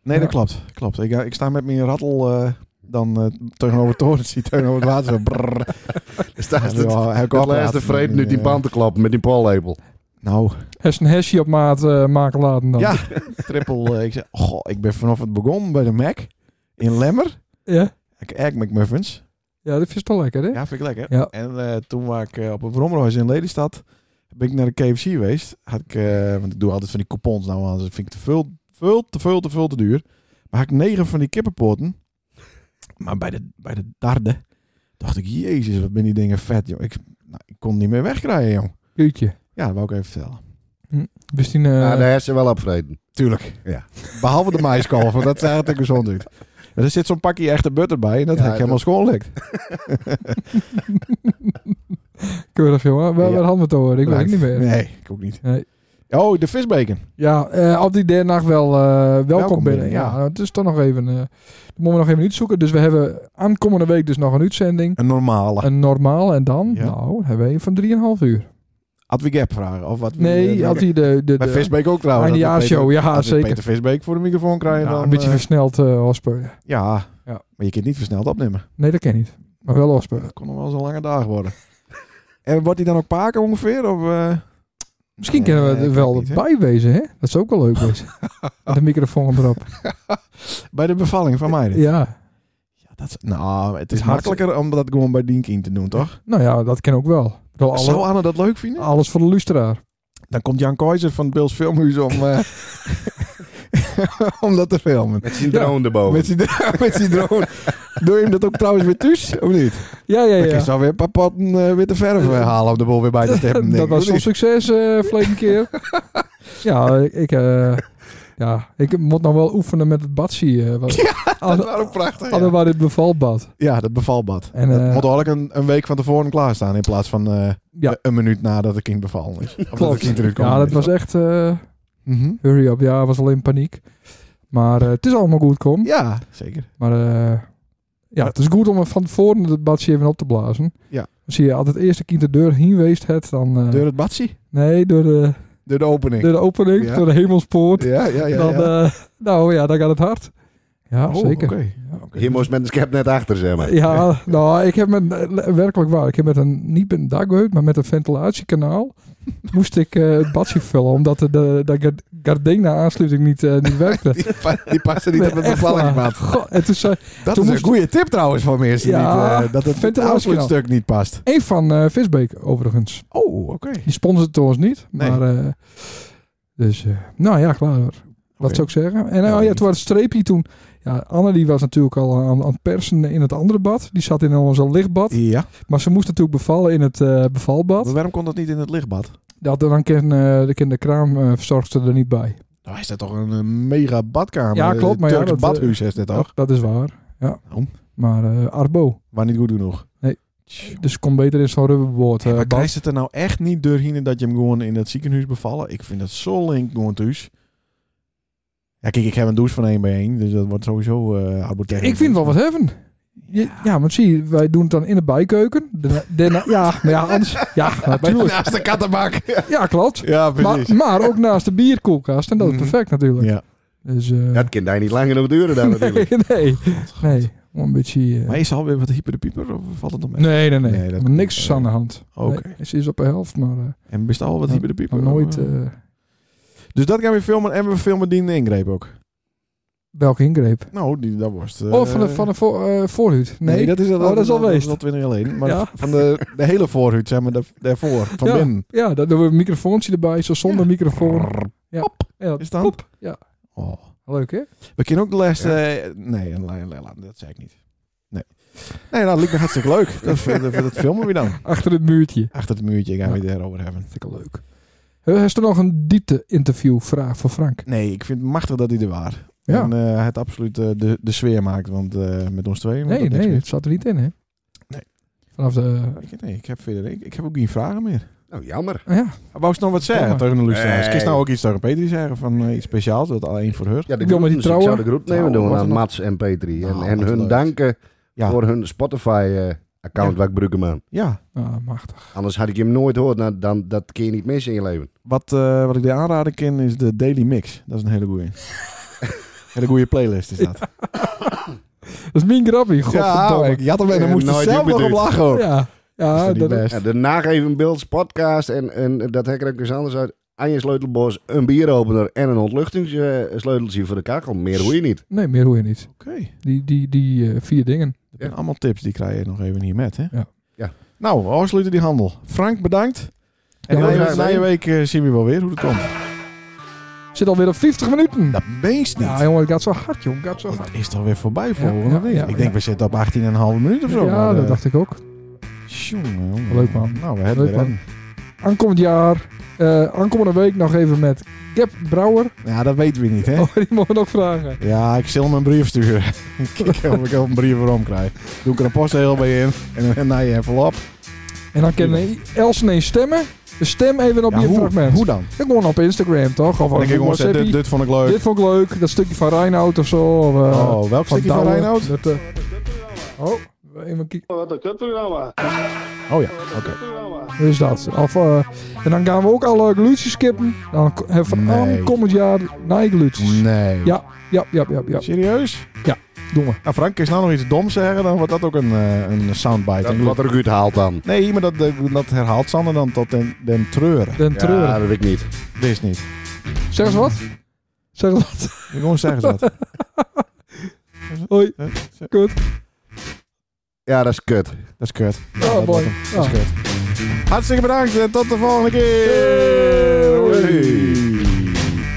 A: Nee,
B: Ja.
A: dat klopt. klopt. Ik, eh, ik sta met mijn rattel eh, dan eh, tegenover het torens, die tegenover het water. zo brrr.
D: Staat
A: Ja,
D: het
A: nou, heb ik
D: het
A: al
D: laatste
A: praten.
D: vreed nu die
A: Eh,
D: band te klappen met die pollepel.
A: Nou,
B: Hes een hesje op maat eh, maken laten dan.
A: ja, triple. eh, ik zeg, goh, ik ben vanaf het begon bij de Mac in Lemmer.
B: Ja,
A: Ik Egg McMuffins.
B: ja dat is toch lekker, hè?
A: Ja, vind ik lekker.
B: Ja.
A: En eh, toen was ik eh, op een Vrommerhuis in Lelystad. Ben ik naar de KFC geweest. Had ik, eh, want ik doe altijd van die coupons nou, want dat vind ik te veel, veel, te veel, te veel te duur. Maar had ik negen van die kippenpoorten. Maar bij de, bij de derde dacht ik, jezus, wat ben die dingen vet, joh. Ik nou, ik kon het niet meer wegkrijgen, jong.
B: Uurtje.
A: Ja, dat wou ik even vertellen.
B: Dus die, eh,
D: ja, Ah, daar heeft ze wel op vreden.
A: Tuurlijk.
D: Ja.
A: Behalve de maiskolf, want dat is eigenlijk gezond uit. Maar er zit zo'n pakje echte butter bij en dat
D: Ja,
A: heb ik helemaal
D: dat-
A: schoonlekt.
B: keurig jongen. Waar,
A: Ja.
B: waar hadden we het over? Ik weet het niet meer.
A: Nee, ik ook niet.
B: Nee.
A: Oh, de visbeken.
B: Ja, eh, op die derde nacht wel eh, welkom,
A: Welkom
B: binnen.
A: binnen,
B: Ja,
A: ja.
B: het is toch nog even. eh dat moeten we nog even uitzoeken. Dus we hebben aankomende week dus nog een uitzending.
A: Een normale.
B: Een normaal en dan?
A: Ja.
B: Nou, hebben we een van 3,5 uur.
A: Had we gap vragen? Of wat we-
B: Nee,
A: eh,
B: had hij de. de,
A: Bij
B: de
A: Visbeek ook trouwens.
B: Einde
A: Dat we
B: jaarshow,
A: Peter-
B: ja,
A: als we
B: zeker.
A: Peter Visbeek voor de microfoon krijgen
B: ja,
A: dan...
B: een beetje
A: eh,
B: versneld eh afspelen.
A: ja.
B: Ja.
A: maar je kunt het niet versneld opnemen.
B: Nee, dat ken niet. Maar wel afspelen.
A: Dat kon nog wel eens een lange dag worden. en wordt hij dan ook paken ongeveer? Of, eh?
B: Misschien
A: Nee,
B: kunnen we
A: ik
B: er
A: weet
B: wel
A: niet, hè.
B: bij wezen, hè? Dat zou ook wel leuk zijn. Met de microfoon erop.
A: Bij de bevalling van mij.
B: Ja.
A: Ja, dat is, nou, het is
B: Is
A: makkelijker om dat gewoon bij Dien Kien te doen, toch?
B: Nou ja, dat ken ook wel. Ik bedoel, alle-
A: Zou Anne dat leuk vinden?
B: alles voor de lustraar.
A: Ah. Dan komt Jan Keizer van het Beels Filmhuis om, eh, om dat te filmen.
D: Met zijn drone erboven.
A: Met zijn met zijn drone. Doe je hem dat ook trouwens weer thuis, of niet?
B: Ja, ja,
A: Dan kun
B: ja.
A: je zo weer een paar potten eh, witte verf eh, halen om de bol weer bij te steppen.
B: dat
A: denk ik,
B: was
A: of
B: zo'n
A: niet?
B: succes eh verleden keer. ja, ik, eh, ja, ik moet nog wel oefenen met het badsie. eh wat,
A: Dat waren prachtig.
B: Hadden
A: Ja.
B: waar dit bevalbad.
A: Ja, dat bevalbad.
B: En,
A: En, dat
B: eh,
A: moet eigenlijk een, een week van tevoren klaarstaan in plaats van eh,
B: Ja.
A: een minuut nadat het kind bevallen is. Of dat het kind eruit komt.
B: Ja, dat was echt eh,
A: Mhm.
B: hurry up. Ja, was wel in paniek. Maar eh, het is allemaal goed kom.
A: Ja, zeker.
B: Maar eh, ja, het is goed om van tevoren het badje even op te blazen.
A: Ja.
B: Dan zie je altijd eerst een keer de deur heen weest het, dan... eh,
A: Door het badsie?
B: Nee, door de,
A: Door de opening?
B: door de opening,
A: Ja.
B: door de hemelspoort.
A: Ja, ja, ja.
B: dan,
A: ja.
B: eh, nou ja, dan gaat het hard. Ja,
A: Oh,
B: zeker.
A: oké.
B: Ja.
D: Je moest met een schep net achter, zeg maar.
B: Ja, nou, ik heb met, eh, werkelijk waar. Ik heb met een, niet met een dakbeut, maar met een ventilatiekanaal moest ik eh, het badje vullen, omdat de, de, de gar- Gardena-aansluiting niet, eh, niet werkte.
A: Die, pa- die paste niet
B: Nee,
A: op het
B: echt waar.
A: bevallingsmaat.
B: Goh, eh, en toen zei
A: Dat
B: Toen
A: is
B: moest-
A: een goede tip trouwens voor mensen.
B: Ja,
A: niet, eh, dat het
B: ventilatie
A: afsluitstuk niet past.
B: een van eh, Visbeek overigens.
A: Oh, oké.
B: Die sponsort ons niet,
A: Nee.
B: maar... eh, dus, eh, nou ja, klaar. hoor. Wat
A: Oké.
B: zou ik zeggen? En eh,
A: Ja,
B: oh ja,
A: niet.
B: toen was het streepje toen... Ja, Anne die was natuurlijk al aan, aan het persen in het andere bad. Die zat in ons lichtbad.
A: Ja,
B: Maar ze moest natuurlijk bevallen in het eh, bevalbad.
A: maar waarom kon dat niet in het lichtbad?
B: Dat, dan kan eh, de kinderkraamverzorgster er niet bij.
A: Nou, is dat toch een eh, mega badkamer?
B: Ja,
A: Eh,
B: klopt, maar ja,
A: Turks
B: dat, eh,
A: badhuis is dit toch?
B: Dat, dat is waar. Ja.
A: Waarom?
B: Maar eh, Arbo.
A: Maar niet goed genoeg.
B: Nee.
A: Tjoh.
B: Dus kom beter in zo'n rubberboord. eh,
A: maar
B: bad.
A: krijgt het er nou echt niet doorheen dat je hem gewoon in het ziekenhuis bevallen? Ik vind dat zo link gewoon thuis. Ja, kijk, ik heb een douche van één bij één, dus dat wordt sowieso eh arbeidsrecht.
B: ik vind wel wat heaven. Je- ja, maar zie, je, wij doen het dan in de bijkeuken. Daarna- daarna- nou, ja, maar ja, anders. Ja, natuurlijk.
A: Naast de kattenbak.
B: Ja, klopt.
A: Ja,
B: Maar,
A: precies.
B: maar ook naast de bierkoelkast. En dat is
A: Mhm.
B: perfect natuurlijk.
A: ja.
B: Dus, eh,
D: Dat kan daar niet lang genoeg duren dan
B: nee,
D: natuurlijk.
B: nee. Nee, om een beetje... eh,
A: Oh, Maar is ze alweer wat hyper de pieper of valt het nog mee?
B: nee, nee, nee.
A: Nee, dat-
B: maar niks is aan de hand.
A: Oké.
B: Nee, ze is op de helft, maar eh,
A: En best al wat
B: Ja,
A: hyper de pieper?
B: nog nooit...
A: Eh,
B: eh,
A: Dus dat gaan we filmen en we filmen die ingreep ook.
B: welke ingreep?
A: Nou, die, dat was... eh,
B: Oh, van de, van de voor, eh, voorhuid.
A: Nee,
B: Nee,
A: dat is, al-
B: Oh, dat is al
A: Dat
B: geweest.
A: is al 20 jaar geleden. Maar
B: Ja.
A: v- van de, de hele voorhuid, zeg maar, da- daarvoor. Van
B: Ja.
A: binnen.
B: Ja, dan doen we een microfoontje erbij, zo zonder microfoon. Ja. Ja,
A: Is het dan?
B: pop. Ja,
A: Oh.
B: leuk hè?
A: We kunnen ook de laatste... eh, Nee, la- la- la- dat zei ik niet. Nee. Nee, nou, dat lijkt me hartstikke leuk. Dat, dat, dat filmen we dan.
B: Achter het muurtje.
A: Achter het muurtje gaan we
B: Ja.
A: het daarover hebben.
B: Hartstikke leuk. Eh, Is er nog een diepte-interview vraag voor Frank?
A: Nee, ik vind het machtig dat hij er was.
B: Ja.
A: En eh, het absoluut eh, de, de sfeer maakt. Want eh, met ons tweeën... wordt
B: nee,
A: dat niks
B: nee,
A: meer.
B: het zat er niet in hè?
A: Nee.
B: Vanaf de...
A: Ik, nee, ik heb verder... Ik, ik heb ook geen vragen meer.
D: Nou, jammer.
B: ah, ja,
A: Wou ze nog wat zeggen
B: Ja.
A: tegen de luisteraars?
D: Nee.
A: Kun je nou ook iets tegen Petri zeggen van eh, iets speciaals, dat alleen voor haar?
D: Ja, de
B: Ik wil met die
D: groeten. Ik zou de
B: trouwen.
D: groet
A: Trouwen,
D: nemen doen
A: wat
D: aan
A: dan ook.
D: Mats en Petri. En,
A: Nou,
D: en
A: wat
D: hun
A: leuk.
D: danken
A: Ja.
D: voor hun Spotify-account
A: Ja.
D: waar ik gebruik hem aan.
A: Ja,
B: ah, machtig.
D: Anders had ik hem nooit gehoord. Nou, dan, dat kun je niet missen in je leven.
A: wat, eh, wat ik daar aanraden kan is de Daily Mix. Dat is een hele goeie. hele goeie playlist is dat.
B: Dat is mijn grappie, godverdomme.
A: ik had hem en dan
D: Ja,
A: moest hij
D: Eh, nooit
A: zelf nog op
D: opgeduwd.
A: lachen. hoor.
B: Ja,
A: Dat is
B: ja,
A: toch niet
B: dat,
A: best?
D: Ja, de Nagevenbeelds podcast en, en dat hek er ook eens anders uit. Aan je sleutelbos, een bieropener en een ontluchtingssleuteltje voor de kakel. Meer hoe je niet.
B: nee, meer hoe je niet.
A: Oké,
B: Die, die, die eh, vier dingen.
A: dat zijn allemaal tips die krijg je nog even hier met. Hè?
B: Ja.
D: Ja.
A: Nou, we afsluiten die handel. Frank, bedankt. En
B: Ja,
A: na,
D: graag
A: je- na je
D: gedaan.
A: week eh, zien we wel weer hoe het komt.
B: Zit alweer op 50 minuten.
A: Dat meest niet.
B: Ja jongen, het gaat zo hard jongen, het gaat zo hard.
A: Het is toch weer voorbij
B: Ja,
A: volgende
B: ja,
A: week.
B: ja,
A: ik denk,
B: ja.
A: we zitten op 18,5 minuten of zo.
B: Ja,
A: maar,
B: dat
A: eh,
B: dacht ik ook.
A: Tjoh. Tjonge, jonge.
B: Leuk, man.
A: Nou, we hebben
B: Leuk,
A: weer
B: man.
A: een.
B: Aankomend jaar, eh, aankomende week nog even met Gap Brouwer.
A: Ja, dat weten we niet, hè?
B: Oh, die mogen we nog vragen.
A: Ja, ik zal hem een brief sturen. Kijk of ik ook een brief erom krijg. Doe ik er een postzegel bij in en dan naar je envelop.
B: En dan kan Elsen eens stemmen. Dus Stem even op
A: Ja,
B: je
A: hoe,
B: fragment.
A: hoe dan?
B: Ik gewoon op Instagram, toch? Of
A: Dan denk ik,
B: op
A: jongens,
B: WhatsApp.
A: dit,
B: Dit,
A: dit vond ik leuk.
B: vond ik leuk. Dat stukje van Reinoud of zo. Of, eh,
A: oh, welk stukje van
B: Douwe.
A: Reinoud?
B: Dat, eh, oh, even kijken.
C: Wat een kutprogramma.
A: Oh ja, oké.
B: Dus dat. Of, eh, en dan gaan we ook alle glutjes skippen. Dan k- hebben we
A: Nee.
B: aankomend jaar naaiglutjes.
A: Nee.
B: Ja, ja, ja, ja, ja.
A: Serieus?
B: Doe maar.
A: Nou, Frank, is nou nog iets doms zeggen, dan wordt dat ook een, eh, een soundbite. Ik
D: Dat
A: bedoel-
D: wat er ook haalt dan.
A: Nee, maar dat, dat herhaalt Sander dan tot den, den treuren.
B: Den treuren.
D: Ja, dat weet ik niet.
A: Dit is niet.
B: Zeg eens wat. Zeg eens wat.
A: Ik gewoon zeggen ze dat.
B: Hoi.
A: Eh,
B: Kut.
D: Ja, dat is kut.
A: Dat is kut. Ja,
B: Oh,
A: dat
B: mooi.
A: wordt hem. Dat is
B: Ja.
A: kut. Hartstikke bedankt en tot de volgende keer.
B: Hey.
A: Hoi.